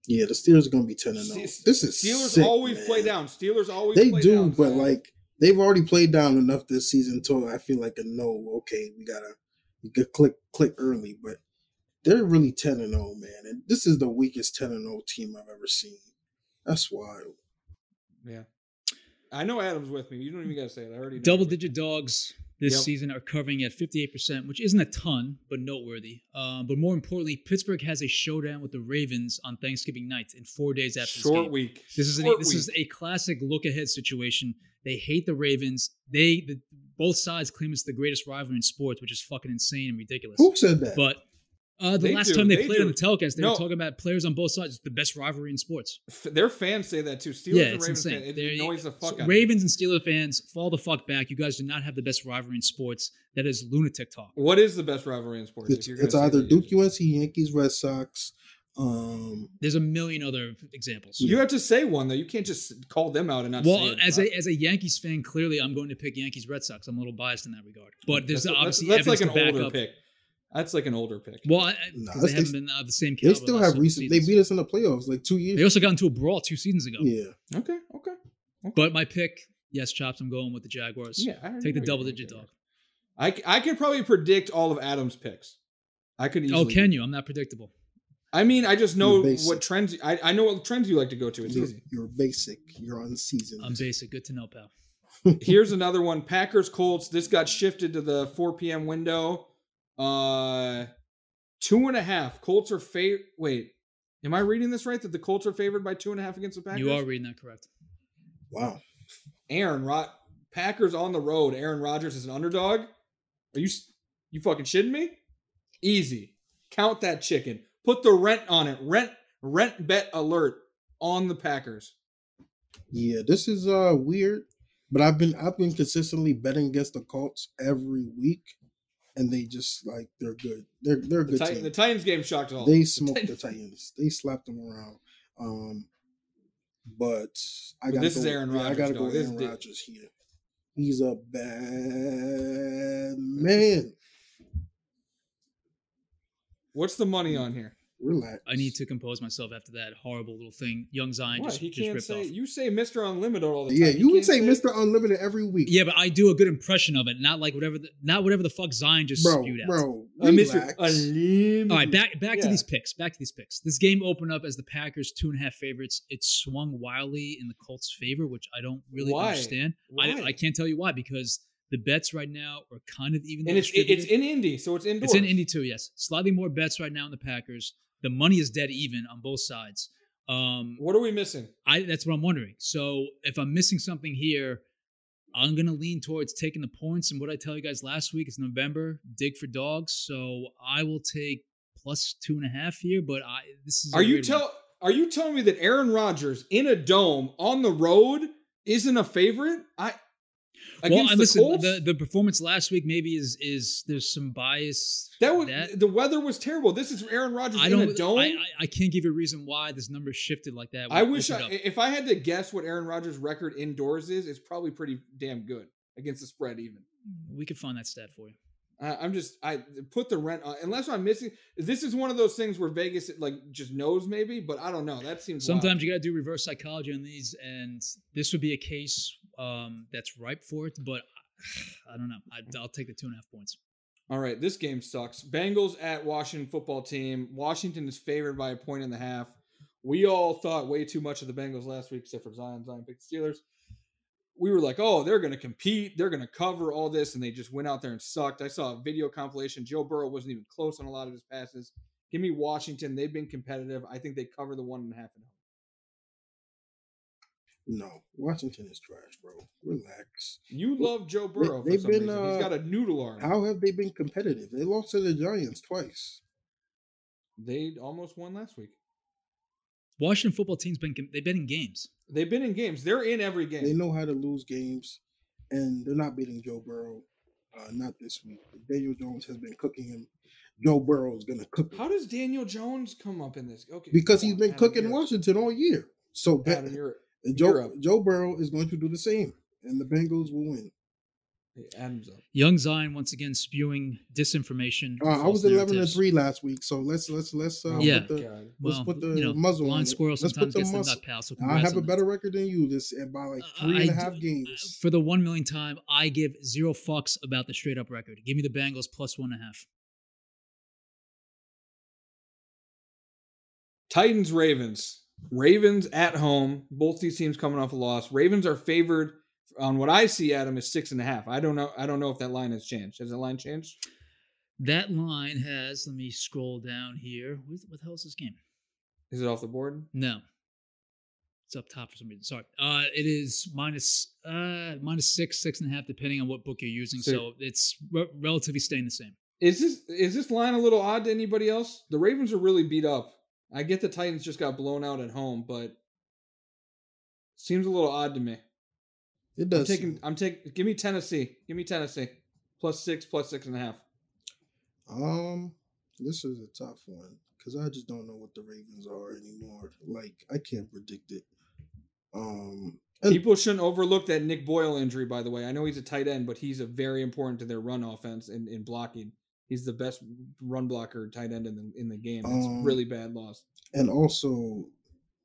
S3: yeah, the Steelers are going to be ten and zero.
S2: Ste-
S3: This is
S2: Steelers
S3: sick,
S2: always
S3: man.
S2: play down. Steelers always
S3: They
S2: play
S3: do,
S2: down,
S3: but
S2: Zion.
S3: like they've already played down enough this season to I feel like a no. Okay, we gotta you could click click early, but they're really ten and zero, man. And this is the weakest ten and zero team I've ever seen. That's wild.
S2: Yeah. I know Adam's with me. You don't even got to say it. I already know.
S4: Double digit dogs. this
S2: Yep.
S4: season are covering at 58%, which isn't a ton, but noteworthy. Um, but more importantly, Pittsburgh has a showdown with the Ravens on Thanksgiving night in four days after this
S2: Short
S4: game.
S2: week.
S4: This is an,
S2: Short
S4: this is
S2: week.
S4: a classic look ahead situation. They hate the Ravens. They the, both sides claim it's the greatest rivalry in sports, which is fucking insane and ridiculous.
S3: Who said that?
S4: But uh, the
S2: They
S4: last
S2: do,
S4: time they,
S2: they
S4: played on
S2: do.
S4: the telecast, they
S2: No.
S4: were talking about players on both sides. It's the best rivalry in sports.
S2: F- Their fans say that too. Steelers
S4: yeah,
S2: and
S4: it's
S2: Ravens
S4: insane.
S2: fan. It
S4: They're-
S2: annoys the fuck
S4: so
S2: out. of me.
S4: Ravens and Steelers fans, fall the fuck back. You guys do not have the best rivalry in sports. That is lunatic talk.
S2: What is the best rivalry in sports?
S3: it's,
S2: if you're gonna
S3: it's
S2: say
S3: either
S2: that you-
S3: Duke, UNC, Yankees, Red Sox. Um,
S4: There's a million other examples.
S2: You have to say one though. You can't just call them out and not. say
S4: well,
S2: it.
S4: as a as a Yankees fan, clearly I'm going to pick Yankees Red Sox. I'm a little biased in that regard, but there's
S2: that's, that's-
S4: obviously
S2: that's, like an
S4: evidence to back
S2: older
S4: up.
S2: pick. That's like an older pick.
S4: Well, I- I-
S3: Nah,
S4: 'cause
S3: that's-
S4: they haven't been of the same
S3: they
S4: caliber.
S3: still
S4: last
S3: have
S4: several
S3: recent. They
S4: seasons.
S3: beat us in the playoffs like two
S4: They
S3: years.
S4: also got into a brawl two seasons ago.
S3: Yeah,
S2: okay, okay.
S4: But my pick, yes, chops. I'm going with the Jaguars.
S2: Yeah, I already
S4: Take the
S2: know you're
S4: double
S2: gonna
S4: digit
S2: do
S4: dog.
S2: that. I c- I could probably predict all of Adam's picks. I could. Easily
S4: Oh, can you? I'm not predictable.
S2: I mean, I just know
S3: You're basic.
S2: what trends. I, I know what trends you like to go to. It's
S3: you're,
S2: easy.
S3: you're basic. You're unseasoned.
S4: I'm basic. Good to know, pal.
S2: Here's another one: Packers Colts. This got shifted to the 4 p.m. window. Uh, two and a half. Colts are fa- Wait, am I reading this right? That the Colts are favored by two and a half against the Packers.
S4: You are reading that correct.
S3: wow.
S2: Aaron Rod Packers on the road. Aaron Rodgers is an underdog. Are you s- you fucking shitting me? Easy. Count that chicken. Put the rent on it. Rent rent bet alert on the Packers.
S3: Yeah, this is uh weird, but I've been I've been consistently betting against the Colts every week, and they just like they're good. They're they're a
S2: The,
S3: good
S2: Titan,
S3: team.
S2: the Titans game shocked us all.
S3: they smoked the
S2: Titans-
S3: Titans. They slapped them around. Um, but I
S2: But
S3: got
S2: this is Aaron
S3: I
S2: Rodgers,
S3: gotta go
S2: dog. This
S3: Aaron
S2: is-
S3: Rodgers here. He's a bad man.
S2: What's the money on here?
S3: Relax.
S4: I need to compose myself after that horrible little thing Young Zion
S2: What?
S4: just,
S2: He
S4: just
S2: can't
S4: ripped
S2: say
S4: off.
S2: you say Mr. Unlimited all the
S3: Yeah,
S2: time. He
S3: you
S2: can't
S3: would say Mr. Unlimited every week.
S4: Yeah, but I do a good impression of it, not like whatever the, not whatever the fuck Zion just
S3: bro,
S4: spewed out.
S3: bro.
S2: Uh, Mr.
S3: Relax.
S2: Unlimited.
S4: All right, back back to
S2: Yeah.
S4: these picks. Back to these picks. This game opened up as the Packers two and a half favorites. It swung wildly in the Colts' favor, which I don't really
S2: Why?
S4: understand.
S2: Why?
S4: I, I can't tell you why because the bets right now are kind of even.
S2: And it's it- it's in Indy, so it's indoors.
S4: It's in Indy too, yes. Slightly more bets right now on the Packers. The money is dead even on both sides. Um,
S2: What are we missing?
S4: I that's what I'm wondering. So if I'm missing something here, I'm gonna lean towards taking the points. And what I tell you guys last week is November dig for dogs. So I will take plus two and a half here. But I this is a
S2: Are you
S4: weird one.
S2: tell Are you telling me that Aaron Rodgers in a dome on the road isn't a favorite? I
S4: well,
S2: against
S4: I
S2: the
S4: listen,
S2: Colts.
S4: the the performance last week maybe is is there's some bias
S2: that was
S4: that-
S2: the weather was terrible. This is Aaron Rodgers
S4: I
S2: in
S4: don't.
S2: a dome.
S4: I,
S2: I,
S4: I, I can't give you a reason why this number shifted like that. Look
S2: wish
S4: it
S2: I,
S4: up.
S2: if I had to guess what Aaron Rodgers' record indoors is, it's probably pretty damn good against the spread. Even
S4: we could find that stat for you.
S2: I, I'm just I put the rent on unless I'm missing. This is one of those things where Vegas like just knows maybe, but I don't know. That seems wild.
S4: Sometimes you got to do reverse psychology on these, and this would be a case um, that's ripe for it. But I don't know. I, I'll take the two and a half points.
S2: All right, this game sucks. Bengals at Washington football team. Washington is favored by a point and a half. We all thought way too much of the Bengals last week, except for Zion. Zion picked the Steelers. We were like, oh, they're going to compete. They're going to cover all this. And they just went out there and sucked. I saw a video compilation. Joe Burrow wasn't even close on a lot of his passes. Give me Washington. They've been competitive. I think they cover the one and a half. and a
S3: No, Washington is trash, bro. Relax.
S2: half. You love Joe Burrow
S3: they've
S2: for some
S3: been,
S2: reason. He's
S3: uh,
S2: got a noodle arm.
S3: How have they been competitive? They lost to the Giants twice.
S2: they almost won last week.
S4: Washington football team's been they've been in games.
S2: They've been in games. They're in every game.
S3: They know how to lose games, and they're not beating Joe Burrow. Uh, not this week. Daniel Jones has been cooking him. Joe Burrow is gonna cook him
S2: How does Daniel Jones come up in this? Okay,
S3: because
S2: come
S3: he's
S2: on,
S3: been
S2: Adam,
S3: cooking
S2: you're-
S3: Washington all year. So bet,
S2: Adam, you're,
S3: and Joe
S2: you're up.
S3: Joe Burrow is going to do the same, and the Bengals will win.
S2: hey, Adam's up.
S4: Young Zion once again spewing disinformation. and
S3: Uh, I
S4: false
S3: was eleven and
S4: narratives.
S3: three last week, so let's let's let's uh,
S2: Oh,
S4: Yeah.
S3: put the,
S2: God.
S3: let's
S4: Well,
S3: put the
S4: you know,
S3: muzzle on
S4: blind
S3: it.
S4: squirrel
S3: Let's put
S4: sometimes
S3: the
S4: gets the
S3: muzzle.
S4: nut, pal. So
S3: I
S4: congrats
S3: have a
S4: on that.
S3: better record than you this and by like
S4: I-
S3: three and a half
S4: I do- uh,
S3: games.
S4: For the one million time, I give zero fucks about the straight up record. Give me the Bengals plus one and a half.
S2: Titans Ravens. Ravens at home. Both these teams coming off a loss. Ravens are favored on what I see, Adam is six and a half. I don't know. I don't know if that line has changed. Has that line changed?
S4: That line has. Let me scroll down here. What, what the hell is this game?
S2: Is it off the board?
S4: No, it's up top for some reason. Sorry. Uh, it is minus uh minus six, six and a half, depending on what book you're using.
S2: So-
S4: So, it's re- relatively staying the same.
S2: Is this is this line a little odd to anybody else? The Ravens are really beat up. I get the Titans just got blown out at home, but seems a little odd to me.
S3: It
S2: I'm
S3: does.
S2: taking.
S3: seem-
S2: I'm taking. Give me Tennessee. Give me Tennessee. Plus six. Plus six and a half.
S3: um, this is a tough one because I just don't know what the Ravens are anymore. Like I can't predict it. Um, and
S2: People shouldn't overlook that Nick Boyle injury. By the way, I know he's a tight end, but he's a very important to their run offense in, in blocking. He's the best run blocker tight end in the in the game. That's
S3: Um,
S2: really bad loss.
S3: and also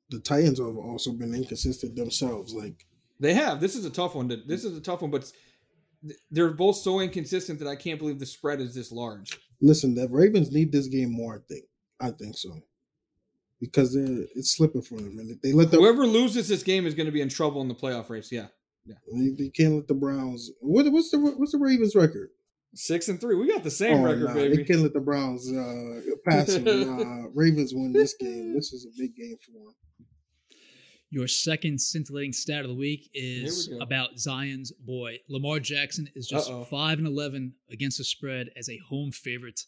S3: the Titans have also been inconsistent themselves. Like
S2: They have. This is a tough one. To, this is a tough one, but it's- th- they're both so inconsistent that I can't believe the spread is this large.
S3: Listen, the Ravens need this game more. I think. I think so, because they're it's slipping for them, and if they let the
S2: Whoever loses this game is going to be in trouble in the playoff race. Yeah,
S3: they, they can't let the Browns. What, what's the what's the Ravens record?
S2: six and three. We got the same
S3: Oh,
S2: record,
S3: nah, They
S2: baby.
S3: can't let the Browns uh, pass them. nah, Ravens win this game. This is a big game for them.
S4: Your second scintillating stat of the week
S2: we
S4: is
S2: go.
S4: about Zion's boy. Lamar Jackson is just
S2: Uh-oh.
S4: 5 and 11 against the spread as a home favorite.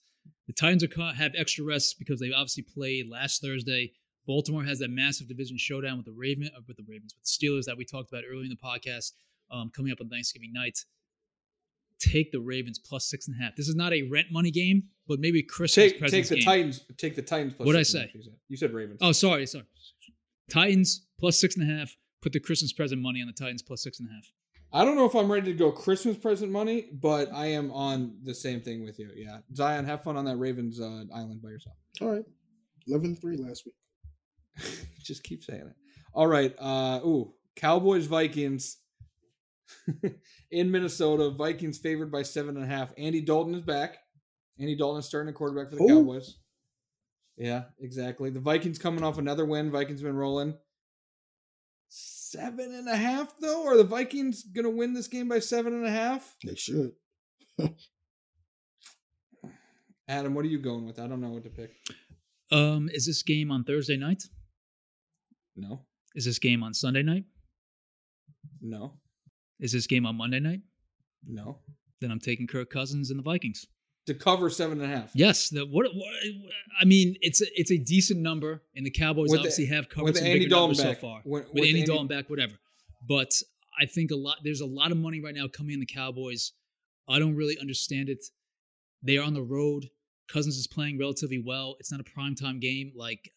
S4: The Titans are caught, have extra rest because they obviously played last Thursday. Baltimore has that massive division showdown with the Raven, uh, with the Ravens, with the Steelers that we talked about earlier in the podcast, um, coming up on Thanksgiving night. Take the Ravens plus six and a half. This is not a rent money game, but maybe a Christmas
S2: Take take
S4: presents
S2: the
S4: game.
S2: Titans. Take the Titans. Plus
S4: What'd I
S2: six and a
S4: say?
S2: half, you said. You said Ravens.
S4: Oh, sorry, sorry. Titans plus six and a half. Put the Christmas present money on the Titans plus six and a half.
S2: I don't know if I'm ready to go Christmas present money, but I am on the same thing with you. Yeah, Zion, have fun on that Ravens uh, island by yourself.
S3: All right, 11-3 last week.
S2: Just keep saying it. All right. Uh, ooh, Cowboys Vikings in Minnesota. Vikings favored by seven and a half. Andy Dalton is back. Andy Dalton is starting a quarterback for the
S3: Ooh.
S2: Cowboys. Yeah, exactly. The Vikings coming off another win. Vikings been rolling. Seven and a half though. Are the Vikings gonna win this game by seven and a half?
S3: They should.
S2: Adam, what are you going with? I don't know what to pick.
S4: Um, is this game on Thursday night?
S2: No,
S4: Is this game on Sunday night?
S2: no,
S4: Is this game on Monday night?
S2: no.
S4: Then I'm taking Kirk Cousins and the Vikings.
S2: To cover seven and a half.
S4: Yes, the, what, what? I mean, it's a, it's a decent number, and the Cowboys
S2: With the-
S4: obviously have
S2: with
S4: covered some
S2: Andy
S4: bigger
S2: Dalton
S4: numbers
S2: back.
S4: so far.
S2: When-
S4: with,
S2: with
S4: Andy,
S2: Andy-
S4: Dalton back, whatever. But I think a lot. There's a lot of money right now coming in the Cowboys. I don't really understand it. They are on the road. Cousins is playing relatively well. It's not a primetime game. Like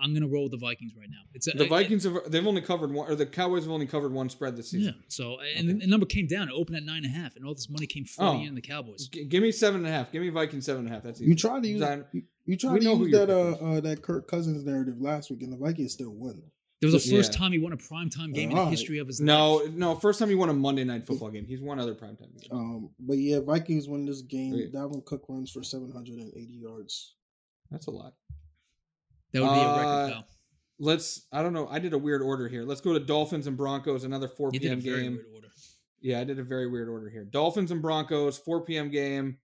S4: I'm gonna roll with the Vikings right now. It's a,
S2: The Vikings have they've only covered one, or the Cowboys have only covered one spread this
S4: Yeah.
S2: season.
S4: So and the number came down. It opened at nine and a half, and all this money came flooding
S2: Oh.
S4: in the Cowboys.
S2: G- give me seven and a half. Give me Vikings seven and a half. That's easy.
S3: You tried to use
S2: Zion-
S3: you, you tried
S2: we
S3: to
S2: know who
S3: use
S2: your
S3: that uh,
S2: pick
S3: uh that Kirk Cousins narrative last week, and the Vikings still won.
S4: There was the first
S2: Yeah.
S4: time he won a primetime game in the
S3: Alright.
S4: history of his life.
S2: No, no. First time he won a Monday night football game. He's won other primetime games.
S3: Um, but yeah, Vikings win this game.
S2: Okay.
S3: Dalvin Cook runs for seven hundred and eighty yards.
S2: That's a lot.
S4: That would be a
S2: Uh,
S4: record, pal.
S2: Let's. I don't know. I did a weird order here. Let's go to Dolphins and Broncos. Another four
S4: You did a
S2: p.m.
S4: very
S2: game.
S4: weird order.
S2: Yeah, I did a very weird order here. Dolphins and Broncos, 4 p.m. game.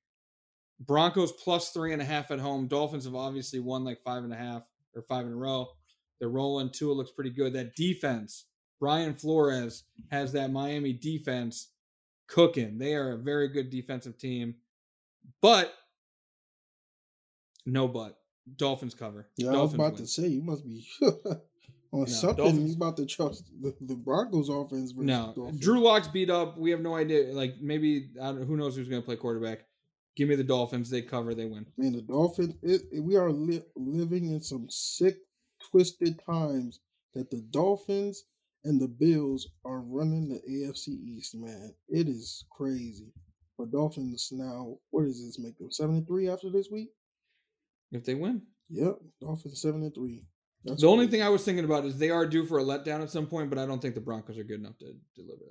S2: Broncos plus three and a half at home. Dolphins have obviously won like five and a half or five in a row. They're rolling. Tua looks pretty good. That defense, Brian Flores has that Miami defense cooking. They are a very good defensive team. But no but. Dolphins cover.
S3: Yeah,
S2: Dolphins
S3: I was about
S2: win.
S3: to say you must be on something.
S2: Dolphins-
S3: You about to trust the, the Broncos offense? Versus
S2: No,
S3: Dolphins.
S2: Drew Locke's beat up. We have no idea. Like maybe I don't, who knows who's going to play quarterback. Give me the Dolphins. They cover. They win.
S3: Man, the Dolphins. It, it- we are li- living in some sick, twisted times that the Dolphins and the Bills are running the AFC East. Man, it is crazy. But Dolphins now, what does this make them? Seven and three after this week.
S2: If they win,
S3: Yep, Dolphins seven and three. That's
S2: the only
S3: crazy.
S2: thing I was thinking about is they are due for a letdown at some point, but I don't think the Broncos are good enough to deliver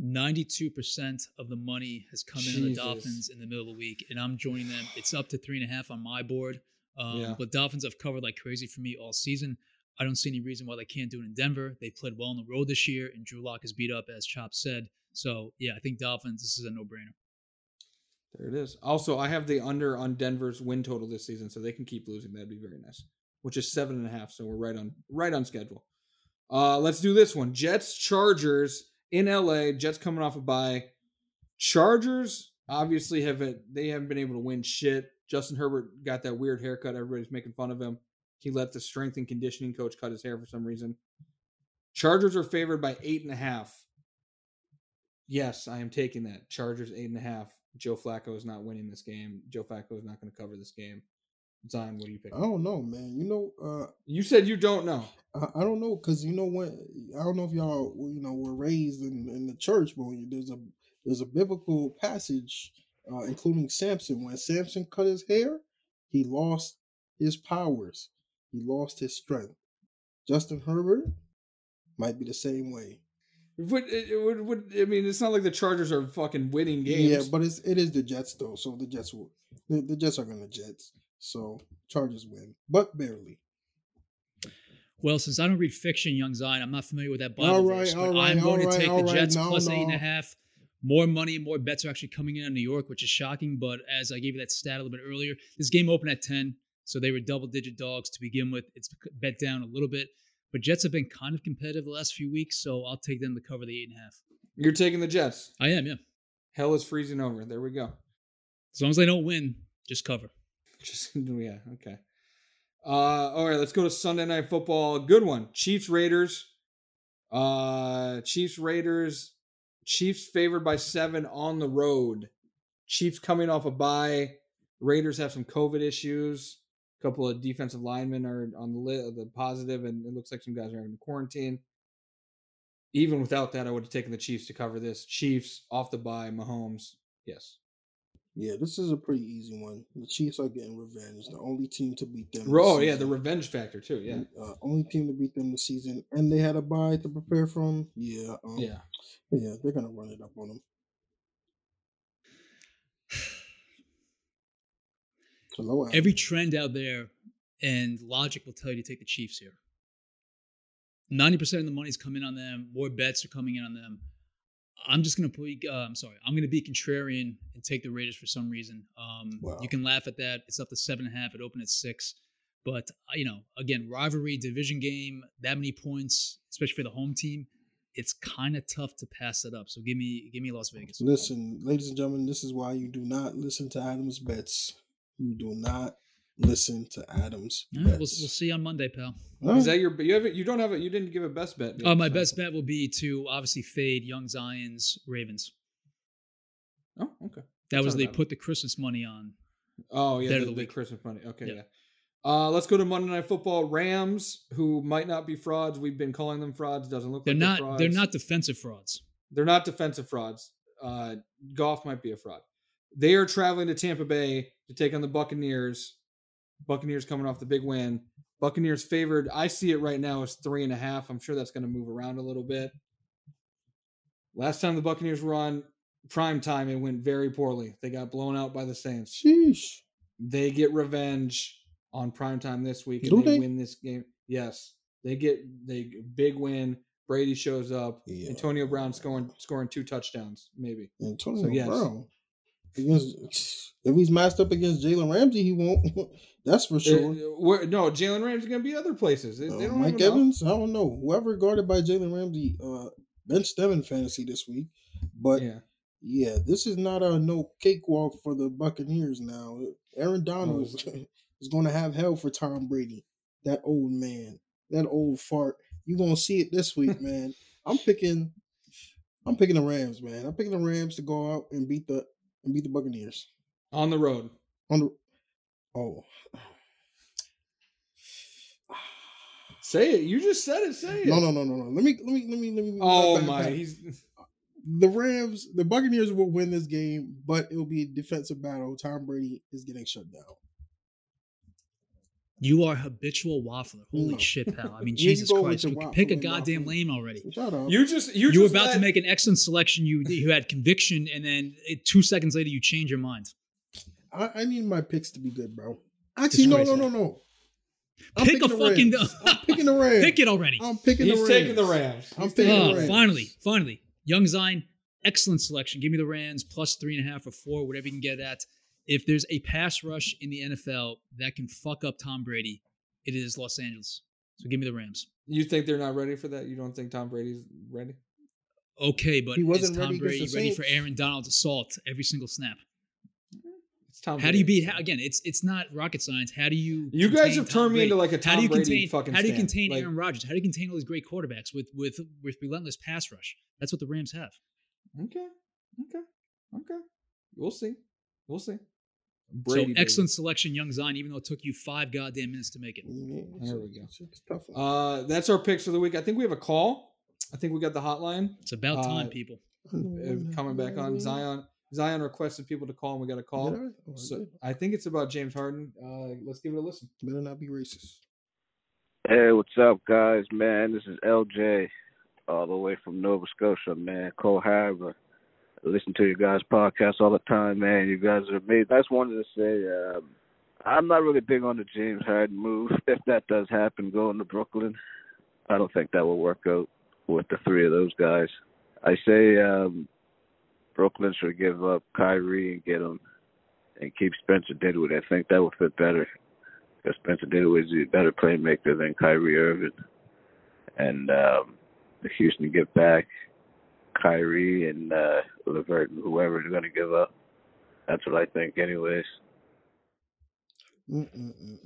S2: that.
S4: 92% of the money has come in on the
S2: Jesus.
S4: Dolphins in the middle of the week, and I'm joining them. It's up to three and a half on my board. Um,
S2: Yeah.
S4: But Dolphins have covered like crazy for me all season. I don't see any reason why they can't do it in Denver. They played well on the road this year, and Drew Lock is beat up, as Chop said. So yeah, I think Dolphins. This is a no-brainer.
S2: There it is. Also, I have the under on Denver's win total this season, so they can keep losing. That'd be very nice. Which is seven and a half, so we're right on right on schedule. Uh, let's do this one. Jets Chargers in LA. Jets coming off a bye. Chargers obviously haven't they haven't been able to win shit. Justin Herbert got that weird haircut. Everybody's making fun of him. He let the strength and conditioning coach cut his hair for some reason. Chargers are favored by eight and a half. Yes, I am taking that. Chargers eight and a half. Joe Flacco is not winning this game. Joe Flacco is not going to cover this game. Zion, what do you pick?
S3: I don't know, man. You know, uh,
S2: You said you don't know.
S3: I, I don't know because you know what I don't know if y'all you know were raised in, in the church, but when there's a there's a biblical passage, uh, including Samson. When Samson cut his hair, he lost his powers. He lost his strength. Justin Herbert might be the same way.
S2: Would, it would, would, I mean, it's not like the Chargers are fucking winning games.
S3: Yeah, but it's it is the Jets though, so the Jets will the, the Jets are gonna Jets. So Chargers win, but barely.
S4: Well, since I don't read fiction, Young Zion, I'm not familiar with that Bible
S3: All
S4: verse,
S3: right,
S4: but
S3: all right,
S4: I'm going
S3: all
S4: to
S3: right,
S4: take
S3: all
S4: the
S3: right.
S4: Jets
S3: No,
S4: plus
S3: no.
S4: eight and a half. More money, more bets are actually coming in on New York, which is shocking. But as I gave you that stat a little bit earlier, this game opened at 10, so they were double-digit dogs to begin with. It's bet down a little bit, but Jets have been kind of competitive the last few weeks, so I'll take them to cover the eight and a half.
S2: You're taking the Jets.
S4: I am, yeah.
S2: Hell is freezing over. There we go.
S4: As long as they don't win, just cover.
S2: Just, yeah, okay. Uh, all right, let's go to Sunday Night Football. Good one. Chiefs, Raiders. Uh, Chiefs, Raiders. Chiefs favored by seven on the road. Chiefs coming off a bye. Raiders have some COVID issues. A couple of defensive linemen are on the li- the positive, and it looks like some guys are having quarantine. Even without that, I would have taken the Chiefs to cover this. Chiefs off the bye. Mahomes, yes.
S3: Yeah, this is a pretty easy one. The Chiefs are getting revenge. The only team to beat them. this
S2: Oh yeah, the
S3: season.
S2: revenge factor too. Yeah,
S3: Uh, only team to beat them this season, and they had a bye to prepare from. Yeah, um,
S2: yeah.
S3: yeah, they're gonna run it up on them. Hello, Adam.
S4: Every trend out there and logic will tell you to take the Chiefs here. 90% of the money's coming on them. More bets are coming in on them. I'm just going to play, uh, I'm sorry, I'm going to be contrarian and take the Raiders for some reason. Um,
S3: Wow.
S4: You can laugh at that. It's up to seven and a half. It opened at six. But, uh, you know, again, rivalry, division game, that many points, especially for the home team, it's kind of tough to pass it up. So give me, give me Las Vegas.
S3: Listen, ladies and gentlemen, this is why you do not listen to Adam's bets. You do not listen to Adam's
S4: All
S3: bets.
S4: right, we'll, we'll see you on Monday, pal.
S3: All
S2: Is
S3: right.
S2: that your? You haven't. You don't have a. You didn't give a best bet.
S4: Uh, my
S2: So-
S4: best bet will be to obviously fade Young Zion's Ravens.
S2: Oh, okay.
S4: That
S2: That's
S4: was
S2: not
S4: they
S2: bad.
S4: put the Christmas money on.
S2: Oh yeah,
S4: Bet
S2: the,
S4: of
S2: the,
S4: the week.
S2: Christmas money. Okay,
S4: Yeah.
S2: yeah. Uh, let's go to Monday Night Football. Rams, who might not be frauds. We've been calling them frauds. Doesn't look
S4: They're
S2: like
S4: not.
S2: frauds.
S4: They're not defensive frauds.
S2: They're not defensive frauds. Uh, golf might be a fraud. They are traveling to Tampa Bay to take on the Buccaneers. Buccaneers coming off the big win. Buccaneers favored. I see it right now as three and a half. I'm sure that's going to move around a little bit. Last time the Buccaneers were on prime time, it went very poorly. They got blown out by the Saints.
S3: Sheesh.
S2: They get revenge on prime time this week and
S3: Do
S2: they
S3: they?
S2: win this game. Yes. They get they big win. Brady shows up.
S3: Yeah.
S2: Antonio Brown scoring scoring two touchdowns, maybe.
S3: Antonio
S2: So, yes.
S3: Brown. Against, if he's matched up against Jalen Ramsey, he won't. That's for sure.
S2: Uh, where- no, Jalen Ramsey's gonna be other places. They, they
S3: Uh,
S2: don't
S3: Mike
S2: have enough.
S3: Evans, I don't know. Whoever guarded by Jalen Ramsey uh, benched them in fantasy this week. But yeah.
S2: Yeah.
S3: this is not a no cakewalk for the Buccaneers now. Aaron Donald is, is going to have hell for Tom Brady, that old man, that old fart. You're going to see it this week, man. I'm picking. I'm picking the Rams, man. I'm picking the Rams to go out and beat the and beat the Buccaneers.
S2: On the road.
S3: On the oh,
S2: Say it. You just said it. Say it.
S3: No, no, no, no, no. Let me, let me, let me, let me.
S2: Oh
S3: back-
S2: my
S3: back.
S2: he's
S3: The Rams, the Buccaneers will win this game, but it'll be a defensive battle. Tom Brady is getting shut down.
S4: You are habitual waffler. Holy
S3: No.
S4: shit, pal! I mean,
S3: Here you
S4: Jesus
S3: go with
S4: Christ!
S3: your
S4: You can
S3: waffle
S4: pick a
S3: and
S4: goddamn
S3: waffle.
S4: lane already.
S3: Shut up.
S2: you just you,
S4: You were
S2: just
S4: about
S2: let-
S4: to make an excellent selection. You you had conviction, and then it, two seconds later, you change your mind.
S3: I, I need my picks to be good, bro. Actually, no, no,
S4: Disgrace.
S3: no, no. I'm
S4: Pick a
S3: picking the
S4: fucking.
S3: Rams. I'm picking the Rams.
S4: Pick it already.
S3: I'm picking the
S2: He's
S3: Rams.
S2: taking the Rams.
S3: I'm
S2: He's
S3: picking
S2: taking
S3: the
S4: Oh,
S3: Rams.
S4: finally, finally. Young Zion, excellent selection. Give me the Rams plus three and a half or four, whatever you can get at. If there's a pass rush in the NFL that can fuck up Tom Brady, it is Los Angeles. So give me the Rams.
S2: You think they're not ready for that? You don't think Tom Brady's ready?
S4: Okay, but
S3: He
S4: is
S3: wasn't ready
S4: Tom
S3: against
S4: Brady
S3: the
S4: ready for
S3: Saints.
S4: Aaron Donald's assault every single snap?
S2: It's Tom.
S4: How do you
S2: Brady.
S4: beat? How, again, it's it's not rocket science. How do you?
S2: You guys
S4: contain
S2: have
S4: Tom
S2: turned me
S4: Brady?
S2: into, like, a
S4: how
S2: Tom
S4: do you
S2: Brady
S4: contain,
S2: fucking
S4: How do you
S2: stan.
S4: contain
S2: Like-
S4: Aaron Rodgers? How do you contain all these great quarterbacks with with with relentless pass rush? That's what the Rams have.
S2: Okay. Okay. Okay. We'll see. We'll see.
S4: so
S2: baby.
S4: excellent selection, young Zion. Even though it took you five goddamn minutes to make it.
S3: Yeah,
S2: There we go.
S3: It's, it's tough. one.
S2: Uh, that's our picks for the week. I think we have a call. I think we got the hotline
S4: It's about
S2: Uh,
S4: time, people.
S2: uh, coming back on. Zion Zion requested people to call, and we got a
S3: Did
S2: call.
S3: I? Oh, I
S2: So
S3: did.
S2: I think it's about James Harden. Uh, let's give it a listen.
S3: Better not be racist.
S5: Hey, what's up, guys? Man, this is LJ, all the way from Nova Scotia, man. Cole Harbor. I listen to your guys' podcast all the time, man. You guys are amazing. I just wanted to say, um, I'm not really big on the James Harden move. If that does happen, going to Brooklyn, I don't think that will work out with the three of those guys. I say um, Brooklyn should give up Kyrie and get him, and keep Spencer Dinwiddie. I think that would fit better because Spencer Dinwiddie is a better playmaker than Kyrie Irving. And um, the Houston get back Kyrie and uh, Levert and whoever is going to give up. That's what I think, anyways.
S3: Mm-mm-mm-mm.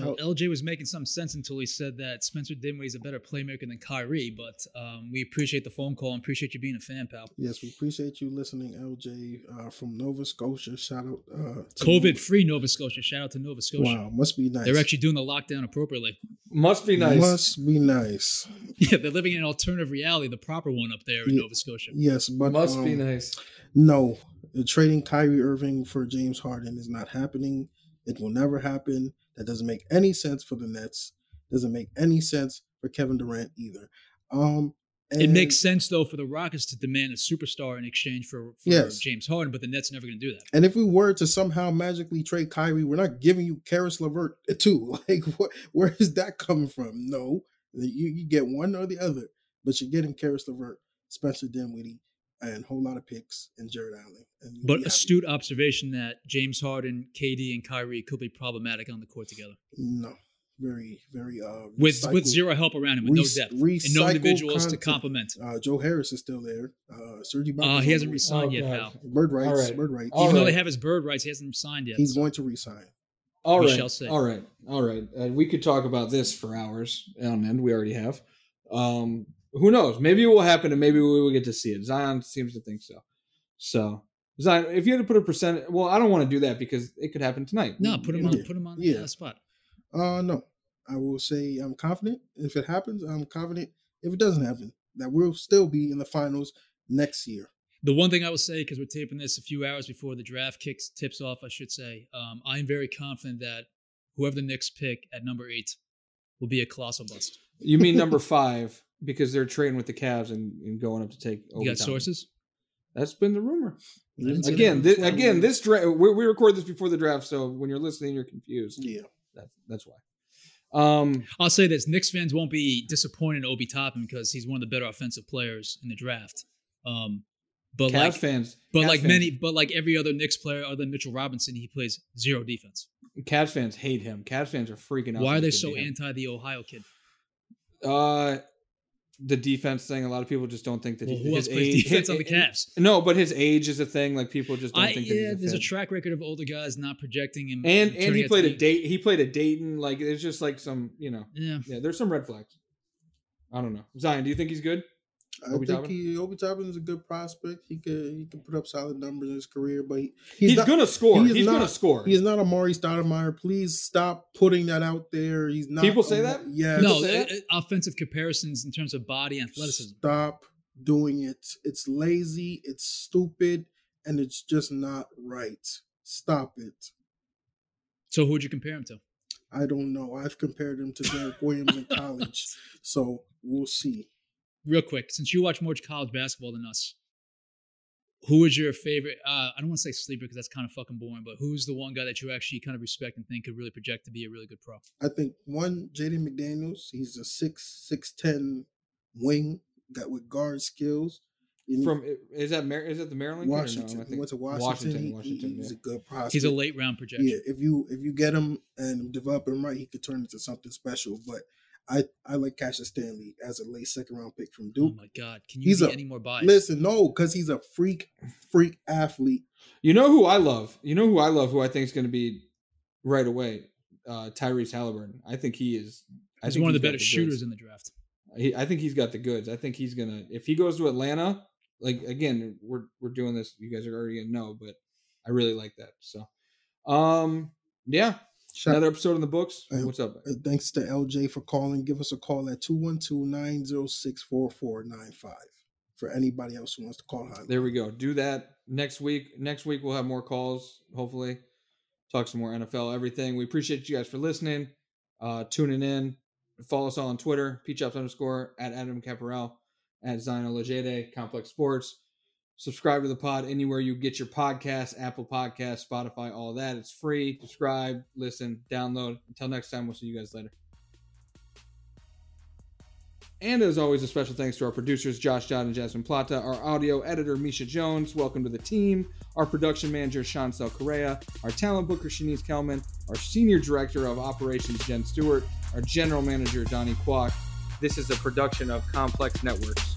S3: Oh,
S4: Well, LJ was making some sense until he said that Spencer Dinwiddie is a better playmaker than Kyrie. But um, we appreciate the phone call and appreciate you being a fan, pal.
S3: Yes, we appreciate you listening, LJ, uh, from Nova Scotia. Shout out uh, to
S4: COVID free Nova Scotia. Shout out to Nova Scotia.
S3: Wow, must be nice.
S4: They're actually doing the lockdown appropriately.
S2: Must be nice.
S3: Must be nice.
S4: Yeah, they're living in an alternative reality, the proper one up there in
S3: Yeah.
S4: Nova Scotia.
S3: Yes, but
S2: Must be
S3: um,
S2: nice. Oh,
S3: No, the trading Kyrie Irving for James Harden is not happening. It will never happen. That doesn't make any sense for the Nets. Doesn't make any sense for Kevin Durant either. Um,
S4: It
S3: and-
S4: makes sense though for the Rockets to demand a superstar in exchange for, for
S3: Yes.
S4: James Harden, but the Nets are never going to do that.
S3: And if we were to somehow magically trade Kyrie, we're not giving you Karis Levert eh, too. Like, what? Where is that coming from? No, you, you get one or the other, but you're getting Karis Levert, Spencer Dinwiddie, and a whole lot of picks and Jared Allen. And you'll
S4: But
S3: be happy.
S4: astute observation that James Harden, KD, and Kyrie could be problematic on the court together
S3: no, very, very uh,
S4: with with
S3: recycled.
S4: zero help around him, with
S3: Rec-
S4: no depth, and no
S3: recycled
S4: individuals to
S3: content.
S4: complement.
S3: Uh, Joe Harris is still there. Uh, Serge Ibaka.
S4: Uh, he hasn't
S3: resigned.
S4: resigned
S2: Oh,
S4: yet,
S2: God.
S4: pal.
S3: Bird rights.
S2: All right.
S3: Bird rights.
S2: All
S4: Even though
S2: right.
S4: they have his bird rights, he hasn't signed yet.
S3: He's
S4: So-
S3: going to resign.
S2: All
S4: We
S2: right.
S4: shall see.
S2: All right. All right. Uh, we could talk about this for hours on end. We already have. Um, who knows? Maybe it will happen and maybe we will get to see it. Zion seems to think so. So, Zion, if you had to put a percent, well, I don't want to do that because it could happen tonight.
S4: no, put him
S2: You
S4: on,
S2: know,
S4: put him on
S3: Yeah.
S4: the uh, spot.
S3: Uh, no, I will say I'm confident. If it happens, I'm confident. If it doesn't happen, that we'll still be in the finals next year.
S4: The one thing I will say, because we're taping this a few hours before the draft kicks tips off, I should say, um, I am very confident that whoever the Knicks pick at number eight will be a colossal bust.
S2: You mean number five because they're trading with the Cavs and, and going up to take over.
S4: You got sources?
S2: That's been the rumor.
S4: I didn't see that.
S2: Again, this, again, this draft, we, we record this before the draft. So when you're listening, you're confused.
S3: Yeah.
S2: That's, that's why. Um,
S4: I'll say this: Knicks fans won't be disappointed in Obi Toppin because he's one of the better offensive players in the draft. Um, but
S2: Cavs
S4: like,
S2: fans,
S4: but
S2: Cavs
S4: like
S2: fans-
S4: many, but like every other Knicks player other than Mitchell Robinson, he plays zero defense.
S2: Cavs fans hate him. Cavs fans are freaking out.
S4: Why
S2: that
S4: are they
S2: could
S4: so
S2: be him.
S4: anti the Ohio kid?
S2: Uh, the defense thing. A lot of people just don't think that
S4: Well,
S2: he,
S4: who else
S2: his
S4: plays
S2: age-
S4: defense on the
S2: his-
S4: Cavs?
S2: No, but his age is a thing. Like people just don't
S4: I,
S2: think that
S4: yeah,
S2: he's a
S4: there's a
S2: fit.
S4: track record of older guys not projecting him.
S2: and and
S4: turning out
S2: he
S4: to
S2: played
S4: be-
S2: a date. He played a Dayton. Like it's just like some you know.
S4: Yeah,
S2: Yeah, there's some red flags. I don't know. Zion, do you think he's good?
S3: I
S2: Obi
S3: think
S2: Toppin?
S3: he Obi Toppin is a good prospect. He could he could put up solid numbers in his career, but he,
S2: He's,
S3: not-
S2: gonna score.
S3: he is
S2: he's gonna
S3: not-
S2: score.
S3: He is not a Maury Stoudemire. Please stop putting that out there. He's not.
S2: People say
S3: a-
S2: that?
S3: Yes.
S4: no
S2: say that?
S4: uh, uh, offensive comparisons in terms of body and athleticism.
S3: Stop doing it. It's lazy. It's stupid, and it's just not right. Stop it.
S4: So who would you compare him to?
S3: I don't know. I've compared him to Derek Williams in college, so we'll see.
S4: Real quick, since you watch more college basketball than us, Who was your favorite? Uh, I don't want to say sleeper because that's kind of fucking boring. But who's the one guy that you actually kind of respect and think could really project to be a really good pro?
S3: I think one Jaden McDaniels. He's a six six ten wing got with guard skills. You
S2: From is that Mar- is that the Maryland kid or no?
S3: Washington,
S2: I
S3: he
S2: think-
S3: went to Washington. He-
S2: Washington,
S3: he's
S2: yeah.
S3: a good prospect.
S4: He's a late round projection.
S3: Yeah, if you if you get him and develop him right, he could turn into something special. But I I like Cassius Stanley as a late second round pick from
S4: Oh
S3: Duke.
S4: my god, can you
S3: He's
S4: be
S3: a-
S4: any more biased?
S3: Listen, no, because he's a freak freak athlete.
S2: You know who I love? You know who I love? Who I think is going to be right away? Uh, Tyrese Halliburton. I think he is. I
S4: he's
S2: think
S4: one of the
S2: got
S4: better shooters
S2: goods.
S4: in the draft.
S2: he, I think he's got the goods. I think he's gonna. If he goes to Atlanta, like again, we're we're doing this. You guys are already gonna know, but I really like that. So, um, yeah,
S3: Shout-
S2: another episode in the books.
S3: Uh,
S2: What's up?
S3: uh, Thanks to LJ for calling. Give us a call at 212-906-4495 for anybody else who wants to call. hotline.
S2: There we go. Do that next week. Next week we'll have more calls. Hopefully, talk some more NFL. Everything. We appreciate you guys for listening, uh, tuning in. Follow us all on Twitter, Peachops underscore at Adam Caparel, at Zion Legede, Complex Sports. Subscribe to the pod anywhere you get your podcast, Apple Podcasts, Spotify, all that. It's free. Subscribe, listen, download. Until next time, we'll see you guys later. And as always, a special thanks to our producers, Josh Dodd and Jasmine Plata, our audio editor, Misha Jones. Welcome to the team. Our production manager, Sean Sel Correa, our talent booker, Shanice Kelman, our senior director of operations, Jen Stewart, our general manager, Donnie Kwok. This is a production of Complex Networks.